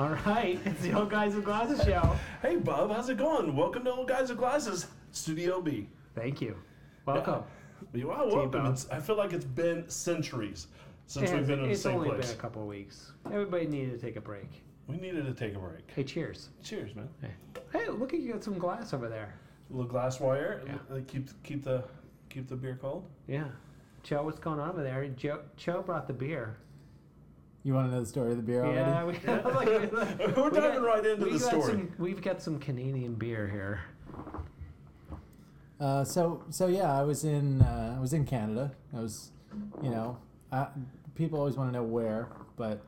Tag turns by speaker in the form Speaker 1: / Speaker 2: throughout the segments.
Speaker 1: All right, it's the Old Guys with Glasses show.
Speaker 2: Hey, Bob, how's it going? Welcome to Old Guys with Glasses, Studio B.
Speaker 1: Thank you. Welcome.
Speaker 2: You are welcome.
Speaker 1: Bob.
Speaker 2: It's, I feel like it's been centuries since we've
Speaker 1: it's
Speaker 2: been in the
Speaker 1: it's
Speaker 2: same
Speaker 1: only
Speaker 2: place.
Speaker 1: been a couple of weeks. Everybody needed to take a break.
Speaker 2: We needed to take a break.
Speaker 1: Hey, cheers.
Speaker 2: Cheers, man.
Speaker 1: Hey, hey look at you got some glass over there.
Speaker 2: A little glass wire.
Speaker 1: Yeah.
Speaker 2: uh, Keep keep the keep the beer cold.
Speaker 1: Yeah. Joe, what's going on over there? And Joe, Joe brought the beer.
Speaker 3: You want to know the story of the beer already?
Speaker 1: Yeah, we, I was like,
Speaker 2: We're
Speaker 1: we got-
Speaker 2: diving right into
Speaker 1: we
Speaker 2: the
Speaker 1: got
Speaker 2: story.
Speaker 1: Some, we've got some Canadian beer here.
Speaker 3: Uh, so so yeah, I was in uh, I was in Canada. I was, you know, I, people always want to know where, but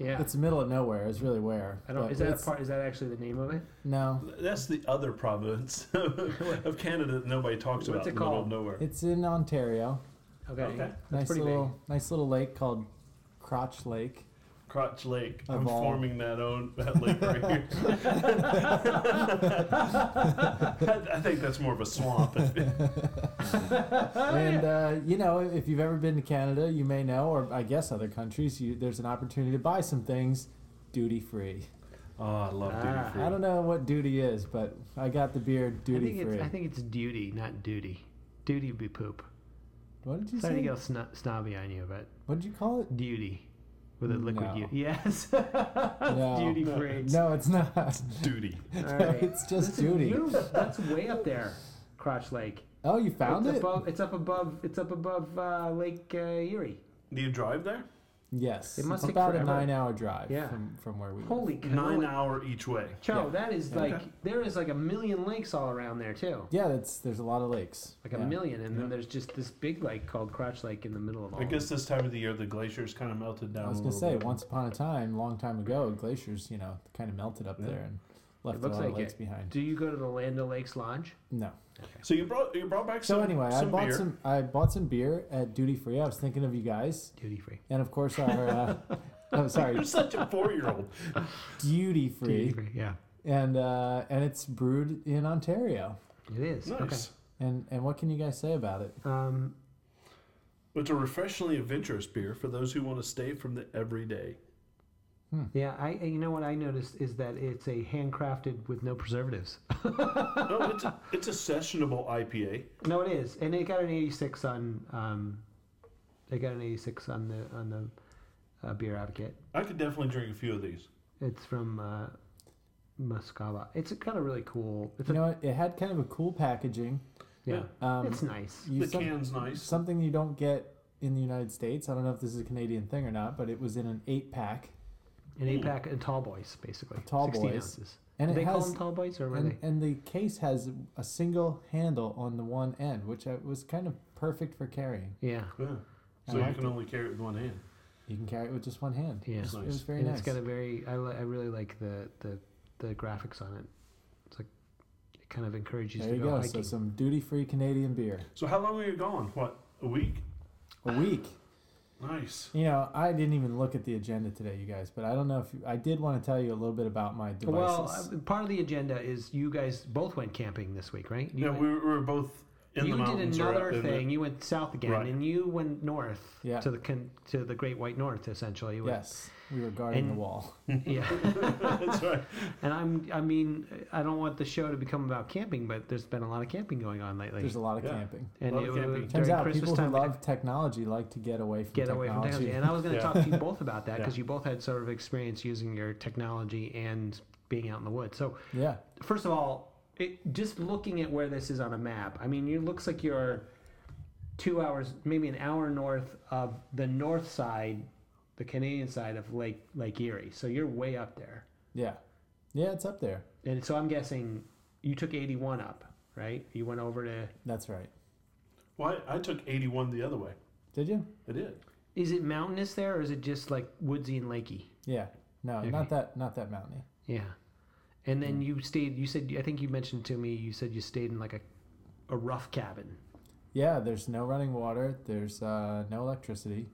Speaker 1: Yeah.
Speaker 3: it's the middle of nowhere. Is really where.
Speaker 1: I don't.
Speaker 3: but
Speaker 1: Is that a
Speaker 3: uh, it's-
Speaker 1: part? Is that actually the name of it?
Speaker 3: No,
Speaker 2: That's the other province of Canada that nobody talks
Speaker 1: What's
Speaker 2: about.
Speaker 1: it
Speaker 2: in the middle of
Speaker 1: called?
Speaker 2: nowhere.
Speaker 3: it's in Ontario.
Speaker 1: Okay.
Speaker 2: Okay.
Speaker 1: That's
Speaker 3: nice
Speaker 1: pretty
Speaker 3: little
Speaker 1: big.
Speaker 3: nice little lake called Crotch Lake.
Speaker 2: Crotch Lake.
Speaker 3: Of
Speaker 2: I'm
Speaker 3: all-
Speaker 2: forming that own that lake right here. I, I think that's more of a swamp.
Speaker 1: Oh,
Speaker 3: and uh, you know, if you've ever been to Canada, you may know, or I guess other countries, you, there's an opportunity to buy some things duty free.
Speaker 2: oh, I love
Speaker 1: Ah,
Speaker 2: duty free.
Speaker 3: I don't know what duty is, but I got the beer
Speaker 1: I
Speaker 3: duty
Speaker 1: think
Speaker 3: free.
Speaker 1: it's. I think it's duty, not duty. Duty would be poop.
Speaker 3: What did you
Speaker 1: Sorry to
Speaker 3: say?
Speaker 1: get sno- snobby on you, but
Speaker 3: What did you call it?
Speaker 1: duty with a liquid
Speaker 3: No.
Speaker 1: U. Yes. Duty free.
Speaker 3: No, it's not.
Speaker 2: Duty.
Speaker 1: All
Speaker 3: No,
Speaker 1: right.
Speaker 3: it's just
Speaker 1: Listen,
Speaker 3: duty.
Speaker 1: you- that's way up there, Crotch Lake.
Speaker 3: Oh, you found
Speaker 1: it's
Speaker 3: it?
Speaker 1: Above, it's up above. It's up above uh, Lake uh, Erie.
Speaker 2: Do you drive there?
Speaker 3: Yes.
Speaker 1: It must
Speaker 3: it's
Speaker 1: take
Speaker 3: about
Speaker 1: forever.
Speaker 3: a nine-hour drive
Speaker 1: Yeah.
Speaker 3: from, from where we.
Speaker 1: Holy cow!
Speaker 2: Nine hour each way.
Speaker 1: Joe,
Speaker 3: Yeah.
Speaker 1: that is
Speaker 3: Yeah.
Speaker 1: like
Speaker 2: Okay.
Speaker 1: there is like a million lakes all around there too.
Speaker 3: Yeah, that's there's a lot of lakes.
Speaker 1: Like a
Speaker 3: Yeah.
Speaker 1: million, and
Speaker 2: Yeah.
Speaker 1: then there's just this big lake called Crotch Lake in the middle of all.
Speaker 2: I guess this time of the year the glaciers kind of melted down.
Speaker 3: I was
Speaker 2: a
Speaker 3: gonna
Speaker 2: little
Speaker 3: say,
Speaker 2: bit.
Speaker 3: once upon a time, long time ago, glaciers, you know, kind of melted up
Speaker 2: Yeah.
Speaker 3: there and left a
Speaker 1: looks
Speaker 3: lot of
Speaker 1: like
Speaker 3: lakes
Speaker 1: it.
Speaker 3: behind.
Speaker 1: Do you go to the Land Lakes Lodge?
Speaker 3: No.
Speaker 2: So you brought you brought back
Speaker 3: So
Speaker 2: some.
Speaker 3: anyway,
Speaker 2: some
Speaker 3: I bought
Speaker 2: beer.
Speaker 3: some. I bought some beer at duty free. I was thinking of you guys,
Speaker 1: Duty free.
Speaker 3: and of course our. Uh, I'm sorry,
Speaker 2: You're such a four year old.
Speaker 1: Duty
Speaker 3: duty free,
Speaker 1: free. Yeah,
Speaker 3: and uh, and it's brewed in Ontario.
Speaker 1: it is.
Speaker 2: Nice.
Speaker 3: And and what can you guys say about it?
Speaker 1: Okay. Um,
Speaker 2: It's a refreshingly adventurous beer for those who want to stay from the everyday.
Speaker 1: yeah, I. You know what I noticed is that it's a handcrafted with no preservatives.
Speaker 2: no, it's a, it's a sessionable IPA.
Speaker 1: No, it is, and it got an 86 on. Um, they got an 86 on the on the uh, beer advocate.
Speaker 2: I could definitely drink a few of these.
Speaker 1: It's from uh, Muscala. It's a kind of really cool. It's
Speaker 3: You
Speaker 1: a,
Speaker 3: know, it had kind of a cool packaging.
Speaker 1: yeah,
Speaker 3: Um,
Speaker 1: it's nice.
Speaker 3: you
Speaker 2: the
Speaker 3: some-
Speaker 2: can's nice.
Speaker 3: something you don't get in the United States. I don't know if this is a Canadian thing or not, but it was in an eight pack,
Speaker 1: An eight pack and tall boys, basically.
Speaker 3: Tall
Speaker 1: 16
Speaker 3: boys.
Speaker 1: ounces.
Speaker 3: and
Speaker 1: Do
Speaker 3: it
Speaker 1: they call
Speaker 3: has
Speaker 1: them tall boys or were
Speaker 3: and,
Speaker 1: they?
Speaker 3: and the case has a single handle on the one end, which I, was kind of perfect for carrying.
Speaker 1: Yeah,
Speaker 2: Yeah.
Speaker 3: I
Speaker 2: So you
Speaker 3: liked
Speaker 2: can only carry it with one hand.
Speaker 3: You can carry it with just one hand.
Speaker 1: yeah.
Speaker 2: It's
Speaker 3: It
Speaker 2: nice.
Speaker 3: was very
Speaker 1: and
Speaker 3: nice.
Speaker 1: it's got a very. I, li- I really like the, the the graphics on it. It's like it kind of encourages
Speaker 3: there
Speaker 1: you
Speaker 3: you
Speaker 1: to
Speaker 3: go.
Speaker 1: go,
Speaker 3: So
Speaker 1: hiking.
Speaker 3: some duty free Canadian beer.
Speaker 2: So how long were you gone? What a week?
Speaker 3: A week.
Speaker 2: Nice.
Speaker 3: You know, I didn't even look at the agenda today, you guys, but I don't know if you, I did want to tell you a little bit about my
Speaker 1: well,
Speaker 3: devices.
Speaker 1: uh, part of the agenda is you guys both went camping this week, right? You
Speaker 2: yeah,
Speaker 1: went-
Speaker 2: we were, we were both in
Speaker 1: you
Speaker 2: the
Speaker 1: did
Speaker 2: mountains. or
Speaker 1: another
Speaker 2: up in the-
Speaker 1: thing. You went south again,
Speaker 2: Right.
Speaker 1: and you went north
Speaker 3: Yeah.
Speaker 1: to the con- to the Great White North, essentially. You went-
Speaker 3: yes, we were guarding the
Speaker 1: And-
Speaker 3: wall.
Speaker 1: yeah.
Speaker 2: That's right.
Speaker 1: and I'm, I mean, I don't want the show to become about camping, but there's been a lot of camping going on lately.
Speaker 3: There's a lot of
Speaker 2: Yeah.
Speaker 3: camping.
Speaker 1: and
Speaker 2: lot
Speaker 1: it,
Speaker 2: of
Speaker 1: was-
Speaker 2: camping.
Speaker 3: Turns
Speaker 1: during
Speaker 3: out
Speaker 1: Christmas
Speaker 3: people who
Speaker 1: time, we
Speaker 3: love technology like to get away from
Speaker 1: get away
Speaker 3: technology.
Speaker 1: from technology. And I was going to
Speaker 2: Yeah.
Speaker 1: talk to you both about that
Speaker 2: Yeah.
Speaker 1: because you both had sort of experience using your technology and being out in the woods. So
Speaker 3: yeah.
Speaker 1: first of all, it, just looking at where this is on a map, I mean, it looks like you're two hours, maybe an hour north of the north side, the Canadian side of Lake Lake Erie. So you're way up there,
Speaker 3: Yeah. Yeah, it's up there.
Speaker 1: and so I'm guessing you took 81 up, right? You went over to.
Speaker 3: That's right.
Speaker 2: Well, I, I took 81 the other way.
Speaker 3: Did you?
Speaker 2: I did. Oh,
Speaker 1: Is it mountainous there, or is it just like woodsy and lakey?
Speaker 3: Yeah. No,
Speaker 1: Okay.
Speaker 3: not that not that mountainy.
Speaker 1: Yeah, and then you stayed. You said I think you mentioned to me. You said you stayed in like a a rough cabin.
Speaker 3: Yeah, there's no running water, there's uh, no electricity.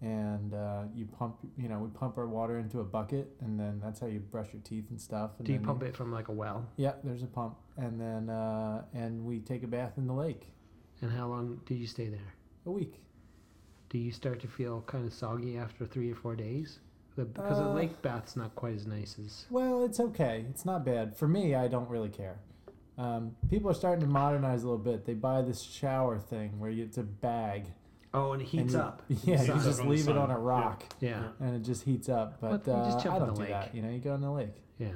Speaker 3: And uh, you pump, you know, we pump our water into a bucket, and then that's how you brush your teeth and stuff. And
Speaker 1: Do you
Speaker 3: then
Speaker 1: pump it from like a well?
Speaker 3: Yeah, there's a pump, and then uh, and we take a bath in the lake.
Speaker 1: And how long did you stay there?
Speaker 3: A week.
Speaker 1: Do you start to feel kind of soggy after three or four days? The, because the
Speaker 3: Uh,
Speaker 1: lake bath's not quite as nice as.
Speaker 3: Well, it's okay. It's not bad. For me, I don't really care. Um, people are starting to modernize a little bit. They buy this shower thing where you, it's a bag.
Speaker 1: Oh, and it heats
Speaker 3: you-
Speaker 1: up.
Speaker 3: Yeah,
Speaker 1: Heats
Speaker 3: you
Speaker 1: up
Speaker 3: just
Speaker 2: on the
Speaker 3: leave it
Speaker 2: sun.
Speaker 3: on a
Speaker 2: Yeah.
Speaker 3: rock
Speaker 1: Yeah,
Speaker 3: and it just heats up.
Speaker 1: Well,
Speaker 3: But
Speaker 1: you just
Speaker 3: uh,
Speaker 1: jump
Speaker 3: I
Speaker 1: in
Speaker 3: don't
Speaker 1: the
Speaker 3: do that.
Speaker 1: lake.
Speaker 3: You know, you go in the lake.
Speaker 1: yeah,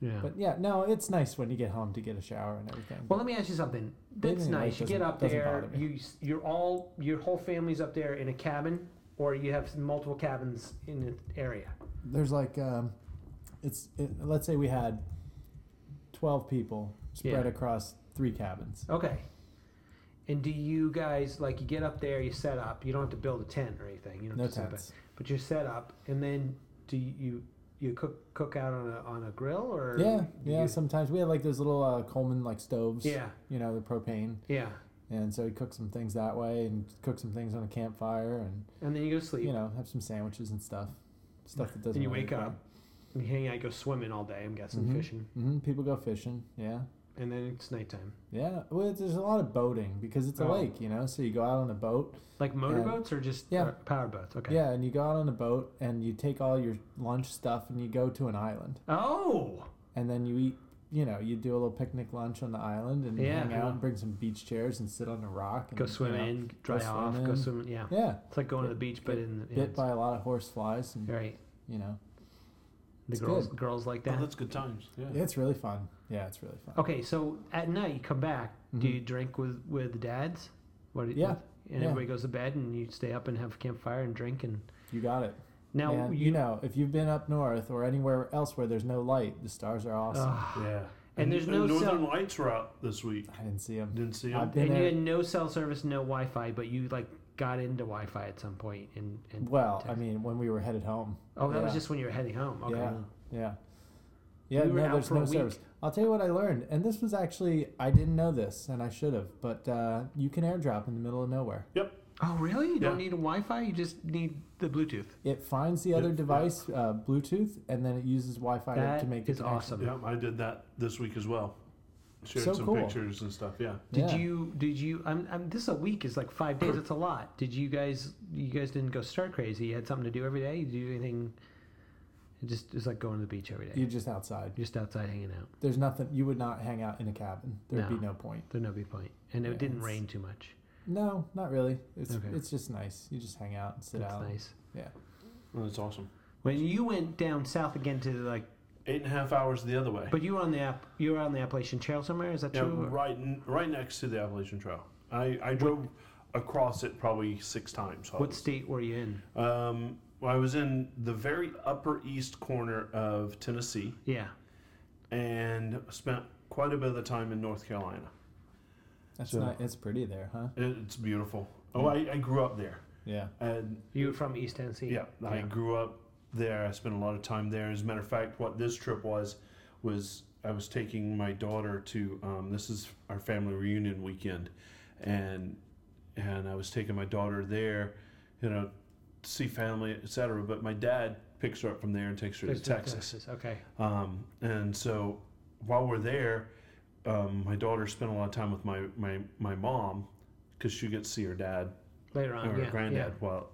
Speaker 1: yeah.
Speaker 3: But yeah, no, it's nice when you get home to get a shower and everything.
Speaker 1: Well, let me ask you something.
Speaker 3: Bathing
Speaker 1: That's
Speaker 3: in the
Speaker 1: nice.
Speaker 3: lake
Speaker 1: You get
Speaker 3: doesn't-
Speaker 1: up
Speaker 3: doesn't
Speaker 1: there.
Speaker 3: bother me.
Speaker 1: You s- you're all your whole family's up there in a cabin, or you have multiple cabins in an area.
Speaker 3: There's like, um, it's it, let's say we had twelve people spread
Speaker 1: Yeah.
Speaker 3: across three cabins.
Speaker 1: Okay. And do you guys like you get up there? You set up. You don't have to build a tent or anything. You don't
Speaker 3: No
Speaker 1: have to set up a-
Speaker 3: tents.
Speaker 1: But you're set up, and then do you you cook cook out on a on a grill or
Speaker 3: Yeah,
Speaker 1: do
Speaker 3: yeah.
Speaker 1: you-
Speaker 3: Sometimes we had like those little uh, Coleman like stoves.
Speaker 1: yeah
Speaker 3: You know, the propane.
Speaker 1: yeah.
Speaker 3: And so we cook some things that way and cook some things on a campfire and,
Speaker 1: And then you go to sleep.
Speaker 3: you know, have some sandwiches and stuff. Stuff that doesn't
Speaker 1: and you wake up. And you hang out, go swimming all day. I'm guessing
Speaker 3: Mhm.
Speaker 1: fishing,
Speaker 3: hmm People go fishing. Yeah.
Speaker 1: and then it's nighttime.
Speaker 3: Yeah. Well, it's- there's a lot of boating because it's a
Speaker 1: Oh.
Speaker 3: lake, you know? So you go out on a boat.
Speaker 1: Like motorboats or just
Speaker 3: Yeah.
Speaker 1: or power boats? Okay.
Speaker 3: Yeah. And you go out on a boat and you take all your lunch stuff and you go to an island.
Speaker 1: Oh,
Speaker 3: And then you eat, you know, you do a little picnic lunch on the island and
Speaker 1: Yeah.
Speaker 3: hang out and bring some beach chairs and sit on a rock. And,
Speaker 1: go
Speaker 3: you know,
Speaker 1: swimming, dry
Speaker 3: go
Speaker 1: off, go
Speaker 3: swimming.
Speaker 1: swimming. Yeah,
Speaker 3: Yeah.
Speaker 1: it's like going to the beach, but
Speaker 3: Get
Speaker 1: in the, yeah,
Speaker 3: Bit by a lot of horse flies and,
Speaker 1: it's- right.
Speaker 3: you know,
Speaker 1: The
Speaker 3: It's
Speaker 1: girls,
Speaker 3: good. Uh-huh.
Speaker 1: girls like
Speaker 2: Oh,
Speaker 1: that.
Speaker 2: that's good times. Yeah.
Speaker 3: it's really fun. Yeah. It's really fun.
Speaker 1: Okay, so at night you come back. Do
Speaker 3: Mhm.
Speaker 1: you drink with with the dads? What? do you-
Speaker 3: Yeah,
Speaker 1: And
Speaker 3: yeah.
Speaker 1: everybody goes to bed, and you stay up and have a campfire and drink. And
Speaker 3: You got it.
Speaker 1: now
Speaker 3: Man,
Speaker 1: you,
Speaker 3: you, know, if you've been up north or anywhere else where there's no light, the stars are awesome.
Speaker 1: Ugh.
Speaker 2: Yeah.
Speaker 1: And there's no
Speaker 2: Northern
Speaker 1: cell-
Speaker 2: Lights were out this week.
Speaker 3: I didn't see them.
Speaker 2: Didn't see them.
Speaker 3: I've been
Speaker 1: and you
Speaker 3: there.
Speaker 1: had no cell service, no Wi-Fi, but you like got into Wi-Fi at some point. And, and
Speaker 3: Well, I mean, when we were headed home.
Speaker 1: oh, that was
Speaker 3: yeah.
Speaker 1: just when you were heading home. Okay.
Speaker 3: Yeah. Yeah. Yeah,
Speaker 1: We were
Speaker 3: no,
Speaker 1: out
Speaker 3: there's
Speaker 1: for a
Speaker 3: no
Speaker 1: week.
Speaker 3: service. I'll tell you what I learned, and this was actually I didn't know this, and I should have, but uh, you can airdrop in the middle of nowhere.
Speaker 1: Oh, really? You don't
Speaker 2: Yeah.
Speaker 1: need a Wi-Fi. You just need the Bluetooth.
Speaker 3: It finds the other
Speaker 2: Yeah.
Speaker 3: device, uh, Bluetooth, and then it uses Wi-Fi to-
Speaker 1: That
Speaker 3: to make the
Speaker 1: is
Speaker 3: connection.
Speaker 1: awesome.
Speaker 2: Yeah, I did that this week as well. Shared
Speaker 3: So
Speaker 2: some
Speaker 3: cool.
Speaker 2: pictures and stuff. Yeah.
Speaker 1: Did
Speaker 3: Yeah.
Speaker 1: you? Did you? I'm, I'm. This a week is like five days. It's a lot. Did you guys? You guys didn't go stir crazy. You had something to do every day. You do anything? It just it's like going to the beach every day.
Speaker 3: You're just outside.
Speaker 1: just outside hanging out.
Speaker 3: There's nothing. You would not hang out in a cabin. There'd
Speaker 1: No.
Speaker 3: be no point.
Speaker 1: There'd no be point. And it
Speaker 3: Yeah,
Speaker 1: didn't
Speaker 3: it's-
Speaker 1: rain too much.
Speaker 3: No, not really. It's
Speaker 1: Okay.
Speaker 3: it's just nice. You just hang out and sit
Speaker 1: That's
Speaker 3: out.
Speaker 1: nice.
Speaker 3: Yeah.
Speaker 2: Oh, that's awesome.
Speaker 1: When you went down south again to like,
Speaker 2: Eight and a half hours the other way.
Speaker 1: but you were on the app. You were on the Appalachian Trail somewhere. Is that
Speaker 2: yeah,
Speaker 1: true?
Speaker 2: right, n- right next to the Appalachian Trail. I, I drove across it probably six times. so I
Speaker 1: What
Speaker 2: was-
Speaker 1: state were you in?
Speaker 2: Um, well, I was in the very upper east corner of Tennessee
Speaker 1: Yeah.
Speaker 2: and spent quite a bit of the time in North Carolina.
Speaker 3: That's
Speaker 2: So-
Speaker 3: not. It's pretty there, huh?
Speaker 2: It, it's beautiful. Oh, I, I grew up there.
Speaker 3: Yeah.
Speaker 2: And
Speaker 1: You were from East Tennessee.
Speaker 2: Yeah, I
Speaker 1: Yeah.
Speaker 2: grew up there. I spent a lot of time there. As a matter of fact, what this trip was was I was taking my daughter to um, this is our family reunion weekend, and and I was taking my daughter there, you know, to see family, etc. But my dad picks her up from there and takes her to
Speaker 1: There's no
Speaker 2: Texas.
Speaker 1: Okay.
Speaker 2: Um, and so while we're there, um, my daughter spent a lot of time with my my my mom because she gets to see her dad
Speaker 1: Later on.
Speaker 2: or
Speaker 1: Oh, yeah.
Speaker 2: her granddad while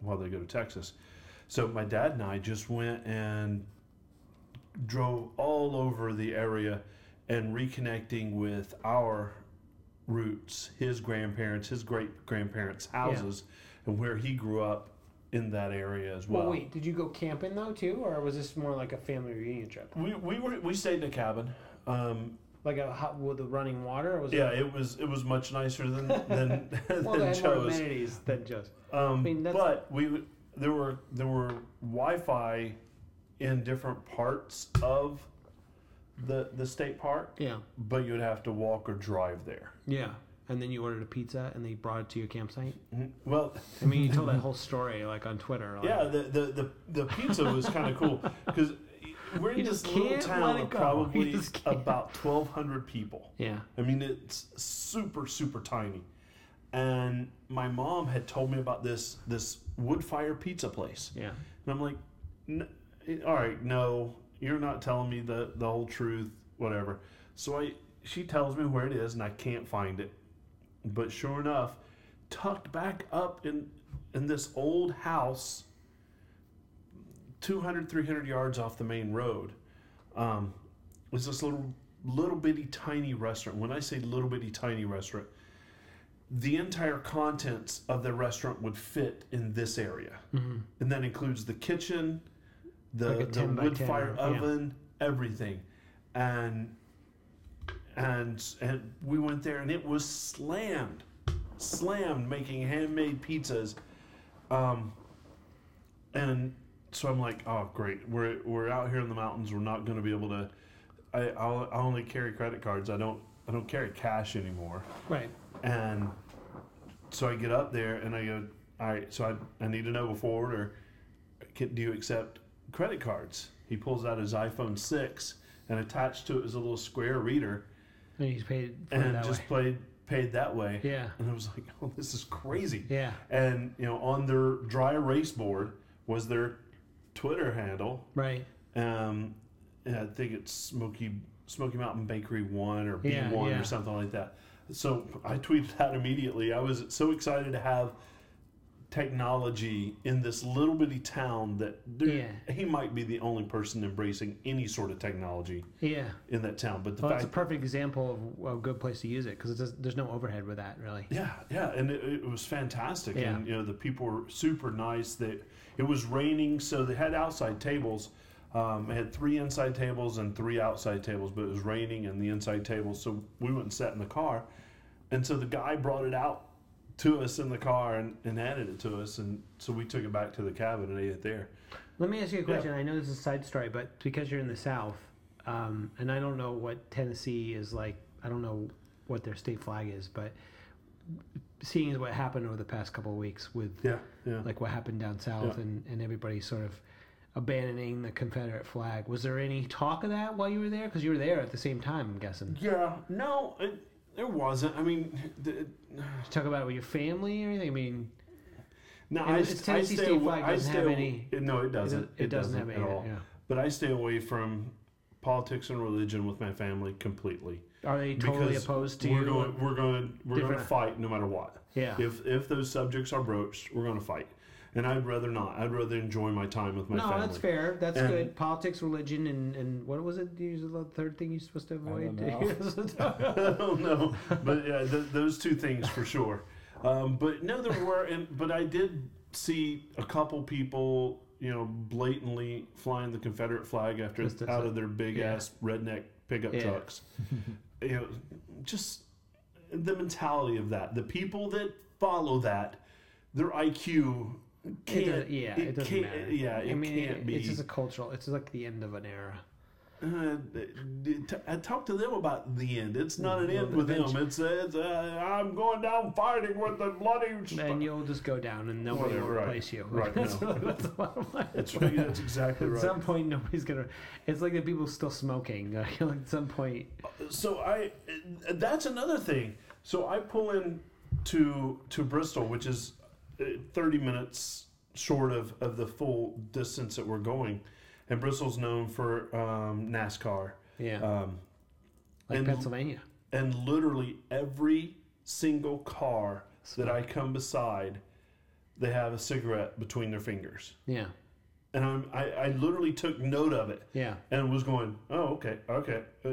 Speaker 2: while they go to Texas. So my dad and I just went and drove all over the area and reconnecting with our roots, his grandparents, his great grandparents' houses, and where he grew up in that area as well.
Speaker 1: Well, wait, did you go camping though too, or was this more like a family reunion trip,
Speaker 2: We we were we stayed in a cabin. Um,
Speaker 1: like a hot with the running water? Or was
Speaker 2: yeah, it was it was much nicer than than,
Speaker 1: it,
Speaker 2: than
Speaker 1: well, they had more
Speaker 2: Joe's.
Speaker 1: amenities than just
Speaker 2: Um,
Speaker 1: mean, that's-
Speaker 2: but we w- there were there were Wi-Fi in different parts of the the state park,
Speaker 1: yeah,
Speaker 2: but you'd have to walk or drive there.
Speaker 1: yeah. And then you ordered a pizza, and they brought it to your campsite.
Speaker 2: Mhm. Well,
Speaker 1: I mean, you told that whole story like on Twitter. Like,
Speaker 2: yeah, the the the, the pizza was kind of cool because we're in
Speaker 1: You
Speaker 2: this
Speaker 1: just
Speaker 2: little
Speaker 1: can't let
Speaker 2: town
Speaker 1: it
Speaker 2: of
Speaker 1: go. You
Speaker 2: probably
Speaker 1: just can't.
Speaker 2: about twelve hundred people.
Speaker 1: yeah,
Speaker 2: I mean, it's super super tiny, and my mom had told me about this this wood fire pizza place.
Speaker 1: yeah.
Speaker 2: And I'm like, N- eh, all right, no, you're not telling me the, the whole truth, whatever. So I, she tells me where it is, and I can't find it. But sure enough, tucked back up in in this old house 200, 300 yards off the main road, um, was this little little bitty tiny restaurant. When I say little bitty tiny restaurant, the entire contents of the restaurant would fit in this area, and that includes the kitchen, the,
Speaker 1: Mm-hmm. Like a
Speaker 2: the
Speaker 1: 10 by
Speaker 2: wood
Speaker 1: 10,
Speaker 2: fire
Speaker 1: yeah.
Speaker 2: oven, everything, and and and we went there, and it was slammed, slammed making handmade pizzas. Um, and so I'm like, oh great, we're we're out here in the mountains. We're not going to be able to. I I'll, I only carry credit cards. I don't I don't carry cash anymore.
Speaker 1: Right.
Speaker 2: And so I get up there and I go, all right. So I I need an overforward or can, do you accept credit cards? He pulls out his iPhone six and attached to it is a little square reader
Speaker 1: And he's paid for it
Speaker 2: and
Speaker 1: that
Speaker 2: just
Speaker 1: way.
Speaker 2: played paid that way.
Speaker 1: Yeah.
Speaker 2: And I was like, oh, this is crazy.
Speaker 1: Yeah.
Speaker 2: And you know, on their dry erase board was their Twitter handle.
Speaker 1: Right.
Speaker 2: Um, and I think it's Smoky Smoky Mountain Bakery One or B
Speaker 1: Yeah,
Speaker 2: One
Speaker 1: yeah.
Speaker 2: or something like that. So I tweeted out immediately. I was so excited to have technology in this little bitty town that there,
Speaker 1: Yeah.
Speaker 2: he might be the only person embracing any sort of technology
Speaker 1: Yeah.
Speaker 2: in that town. But the
Speaker 1: Well,
Speaker 2: fact
Speaker 1: it's a perfect example of a good place to use it because there's no overhead with that, really.
Speaker 2: Yeah, yeah, and it, it was fantastic.
Speaker 1: Yeah.
Speaker 2: And you know, the people were super nice. That it was raining, so they had outside tables. Um, they had three inside tables and three outside tables, but it was raining and the inside tables, so we went and sat in the car. And so the guy brought it out to us in the car and, and handed it to us, and so we took it back to the cabin and ate it there.
Speaker 1: Let me ask you a question. I know this is a side story, but because you're in the South, um, and I don't know what Tennessee is like, I don't know what their state flag is, but seeing as what happened over the past couple of weeks with
Speaker 2: Yeah, yeah.
Speaker 1: like what happened down south
Speaker 2: Yeah.
Speaker 1: and, and everybody sort of abandoning the Confederate flag, was there any talk of that while you were there? Because you were there at the same time, I'm guessing.
Speaker 2: Yeah, no, it, there wasn't. I mean, the,
Speaker 1: Did you talk about it with your family or anything? I mean,
Speaker 2: No,
Speaker 1: And
Speaker 2: I,
Speaker 1: it's
Speaker 2: st- I
Speaker 1: Tennessee
Speaker 2: stay
Speaker 1: State
Speaker 2: awa-
Speaker 1: flag
Speaker 2: I
Speaker 1: doesn't
Speaker 2: stay
Speaker 1: have
Speaker 2: awa-
Speaker 1: any-
Speaker 2: it- no, it doesn't.
Speaker 1: it doesn't have
Speaker 2: at
Speaker 1: any,
Speaker 2: all.
Speaker 1: yeah.
Speaker 2: But I stay away from politics and religion with my family completely.
Speaker 1: are they totally
Speaker 2: Because
Speaker 1: opposed to
Speaker 2: we're
Speaker 1: you?
Speaker 2: Going, we're going. We're going to
Speaker 1: Different-
Speaker 2: fight no matter what.
Speaker 1: Yeah.
Speaker 2: If if those subjects are broached, we're going to fight. And I'd rather not. I'd rather enjoy my time with my
Speaker 1: no,
Speaker 2: family.
Speaker 1: that's fair. That's
Speaker 2: And-
Speaker 1: good. Politics, religion, and, and what was it? You was the third thing you're supposed to avoid.
Speaker 3: don't
Speaker 2: I don't know, but yeah, th- those two things for sure. Um, but no, there were, and, but I did see a couple people, you know, blatantly flying the Confederate flag after
Speaker 1: Just
Speaker 2: out
Speaker 1: as
Speaker 2: of their big
Speaker 1: yeah.
Speaker 2: ass redneck pickup
Speaker 1: Yeah.
Speaker 2: trucks. you know, just the mentality of that. The people that follow that, their IQ can't.
Speaker 1: It does, yeah, it, doesn't
Speaker 2: can't,
Speaker 1: matter.
Speaker 2: Yeah, it
Speaker 1: I mean,
Speaker 2: can't
Speaker 1: it-
Speaker 2: be.
Speaker 1: it's just a cultural. It's like the end of an era.
Speaker 2: Uh, t- I talk to them about the end. It's not an end with them. It's, it's uh, I'm going down fighting with the bloody.
Speaker 1: and you'll just go down, and nobody
Speaker 2: Well,
Speaker 1: will
Speaker 2: right.
Speaker 1: replace you.
Speaker 2: Right,
Speaker 1: that's,
Speaker 2: no.
Speaker 1: that's the bottom line.
Speaker 2: That's right. That's exactly
Speaker 1: At
Speaker 2: right.
Speaker 1: some point, nobody's gonna. It's like the people still smoking. Like, at some point,
Speaker 2: so I, uh, that's another thing. So I pull in to to Bristol, which is uh, 30 minutes short of of the full distance that we're going, and Bristol's known for um, NASCAR.
Speaker 1: yeah,
Speaker 2: Um,
Speaker 1: like
Speaker 2: and-
Speaker 1: Pennsylvania.
Speaker 2: and literally every single car that I come beside, they have a cigarette between their fingers,
Speaker 1: Yeah,
Speaker 2: and I'm, I I literally took note of it
Speaker 1: yeah,
Speaker 2: and was going, oh okay, okay, uh,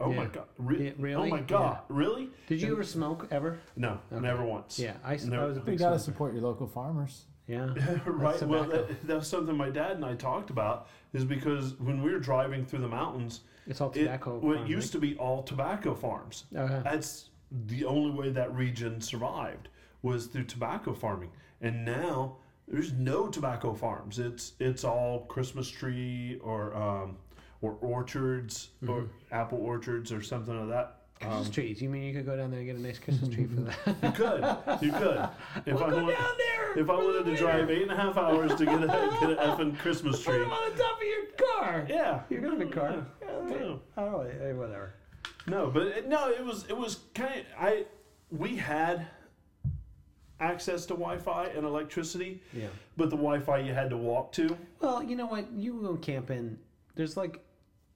Speaker 2: oh my
Speaker 1: Yeah.
Speaker 2: god, re-
Speaker 1: Yeah, really?
Speaker 2: oh my god, really?
Speaker 1: Did you ever smoke ever?
Speaker 2: No, never once.
Speaker 1: Yeah, I, s- I
Speaker 2: Never.
Speaker 1: was a
Speaker 3: You
Speaker 1: big
Speaker 3: gotta
Speaker 1: smoker.
Speaker 3: support your local farmers.
Speaker 1: Yeah,
Speaker 2: right. Well,
Speaker 1: tobacco.
Speaker 2: that, that was something my dad and I talked about is because when we were driving through the mountains,
Speaker 1: it's all
Speaker 2: it,
Speaker 1: tobacco.
Speaker 2: well, it
Speaker 1: farming. Oh,
Speaker 2: used to be all tobacco farms.
Speaker 1: Okay.
Speaker 2: That's the only way that region survived was through tobacco farming. And now there's no tobacco farms. It's it's all Christmas tree or um, or orchards
Speaker 1: Mm-hmm.
Speaker 2: or apple orchards or something like that.
Speaker 1: Christmas trees. You mean you could go down there and get a nice Christmas tree for that?
Speaker 2: You could, you could. If I
Speaker 1: go
Speaker 2: want-
Speaker 1: down there.
Speaker 2: if I wanted to drive eight and a half hours to get a get an effing Christmas
Speaker 1: Put
Speaker 2: tree,
Speaker 1: them on the top of your car.
Speaker 2: yeah,
Speaker 1: You're gonna be car.
Speaker 2: Yeah.
Speaker 1: Yeah,
Speaker 2: Yeah.
Speaker 1: I don't know. eh, Whatever.
Speaker 2: No, but it, no, it was it was kind of I we had access to Wi-Fi and electricity,
Speaker 1: Yeah.
Speaker 2: but the Wi-Fi you had to walk to.
Speaker 1: Well, you know what? You go camping. There's like,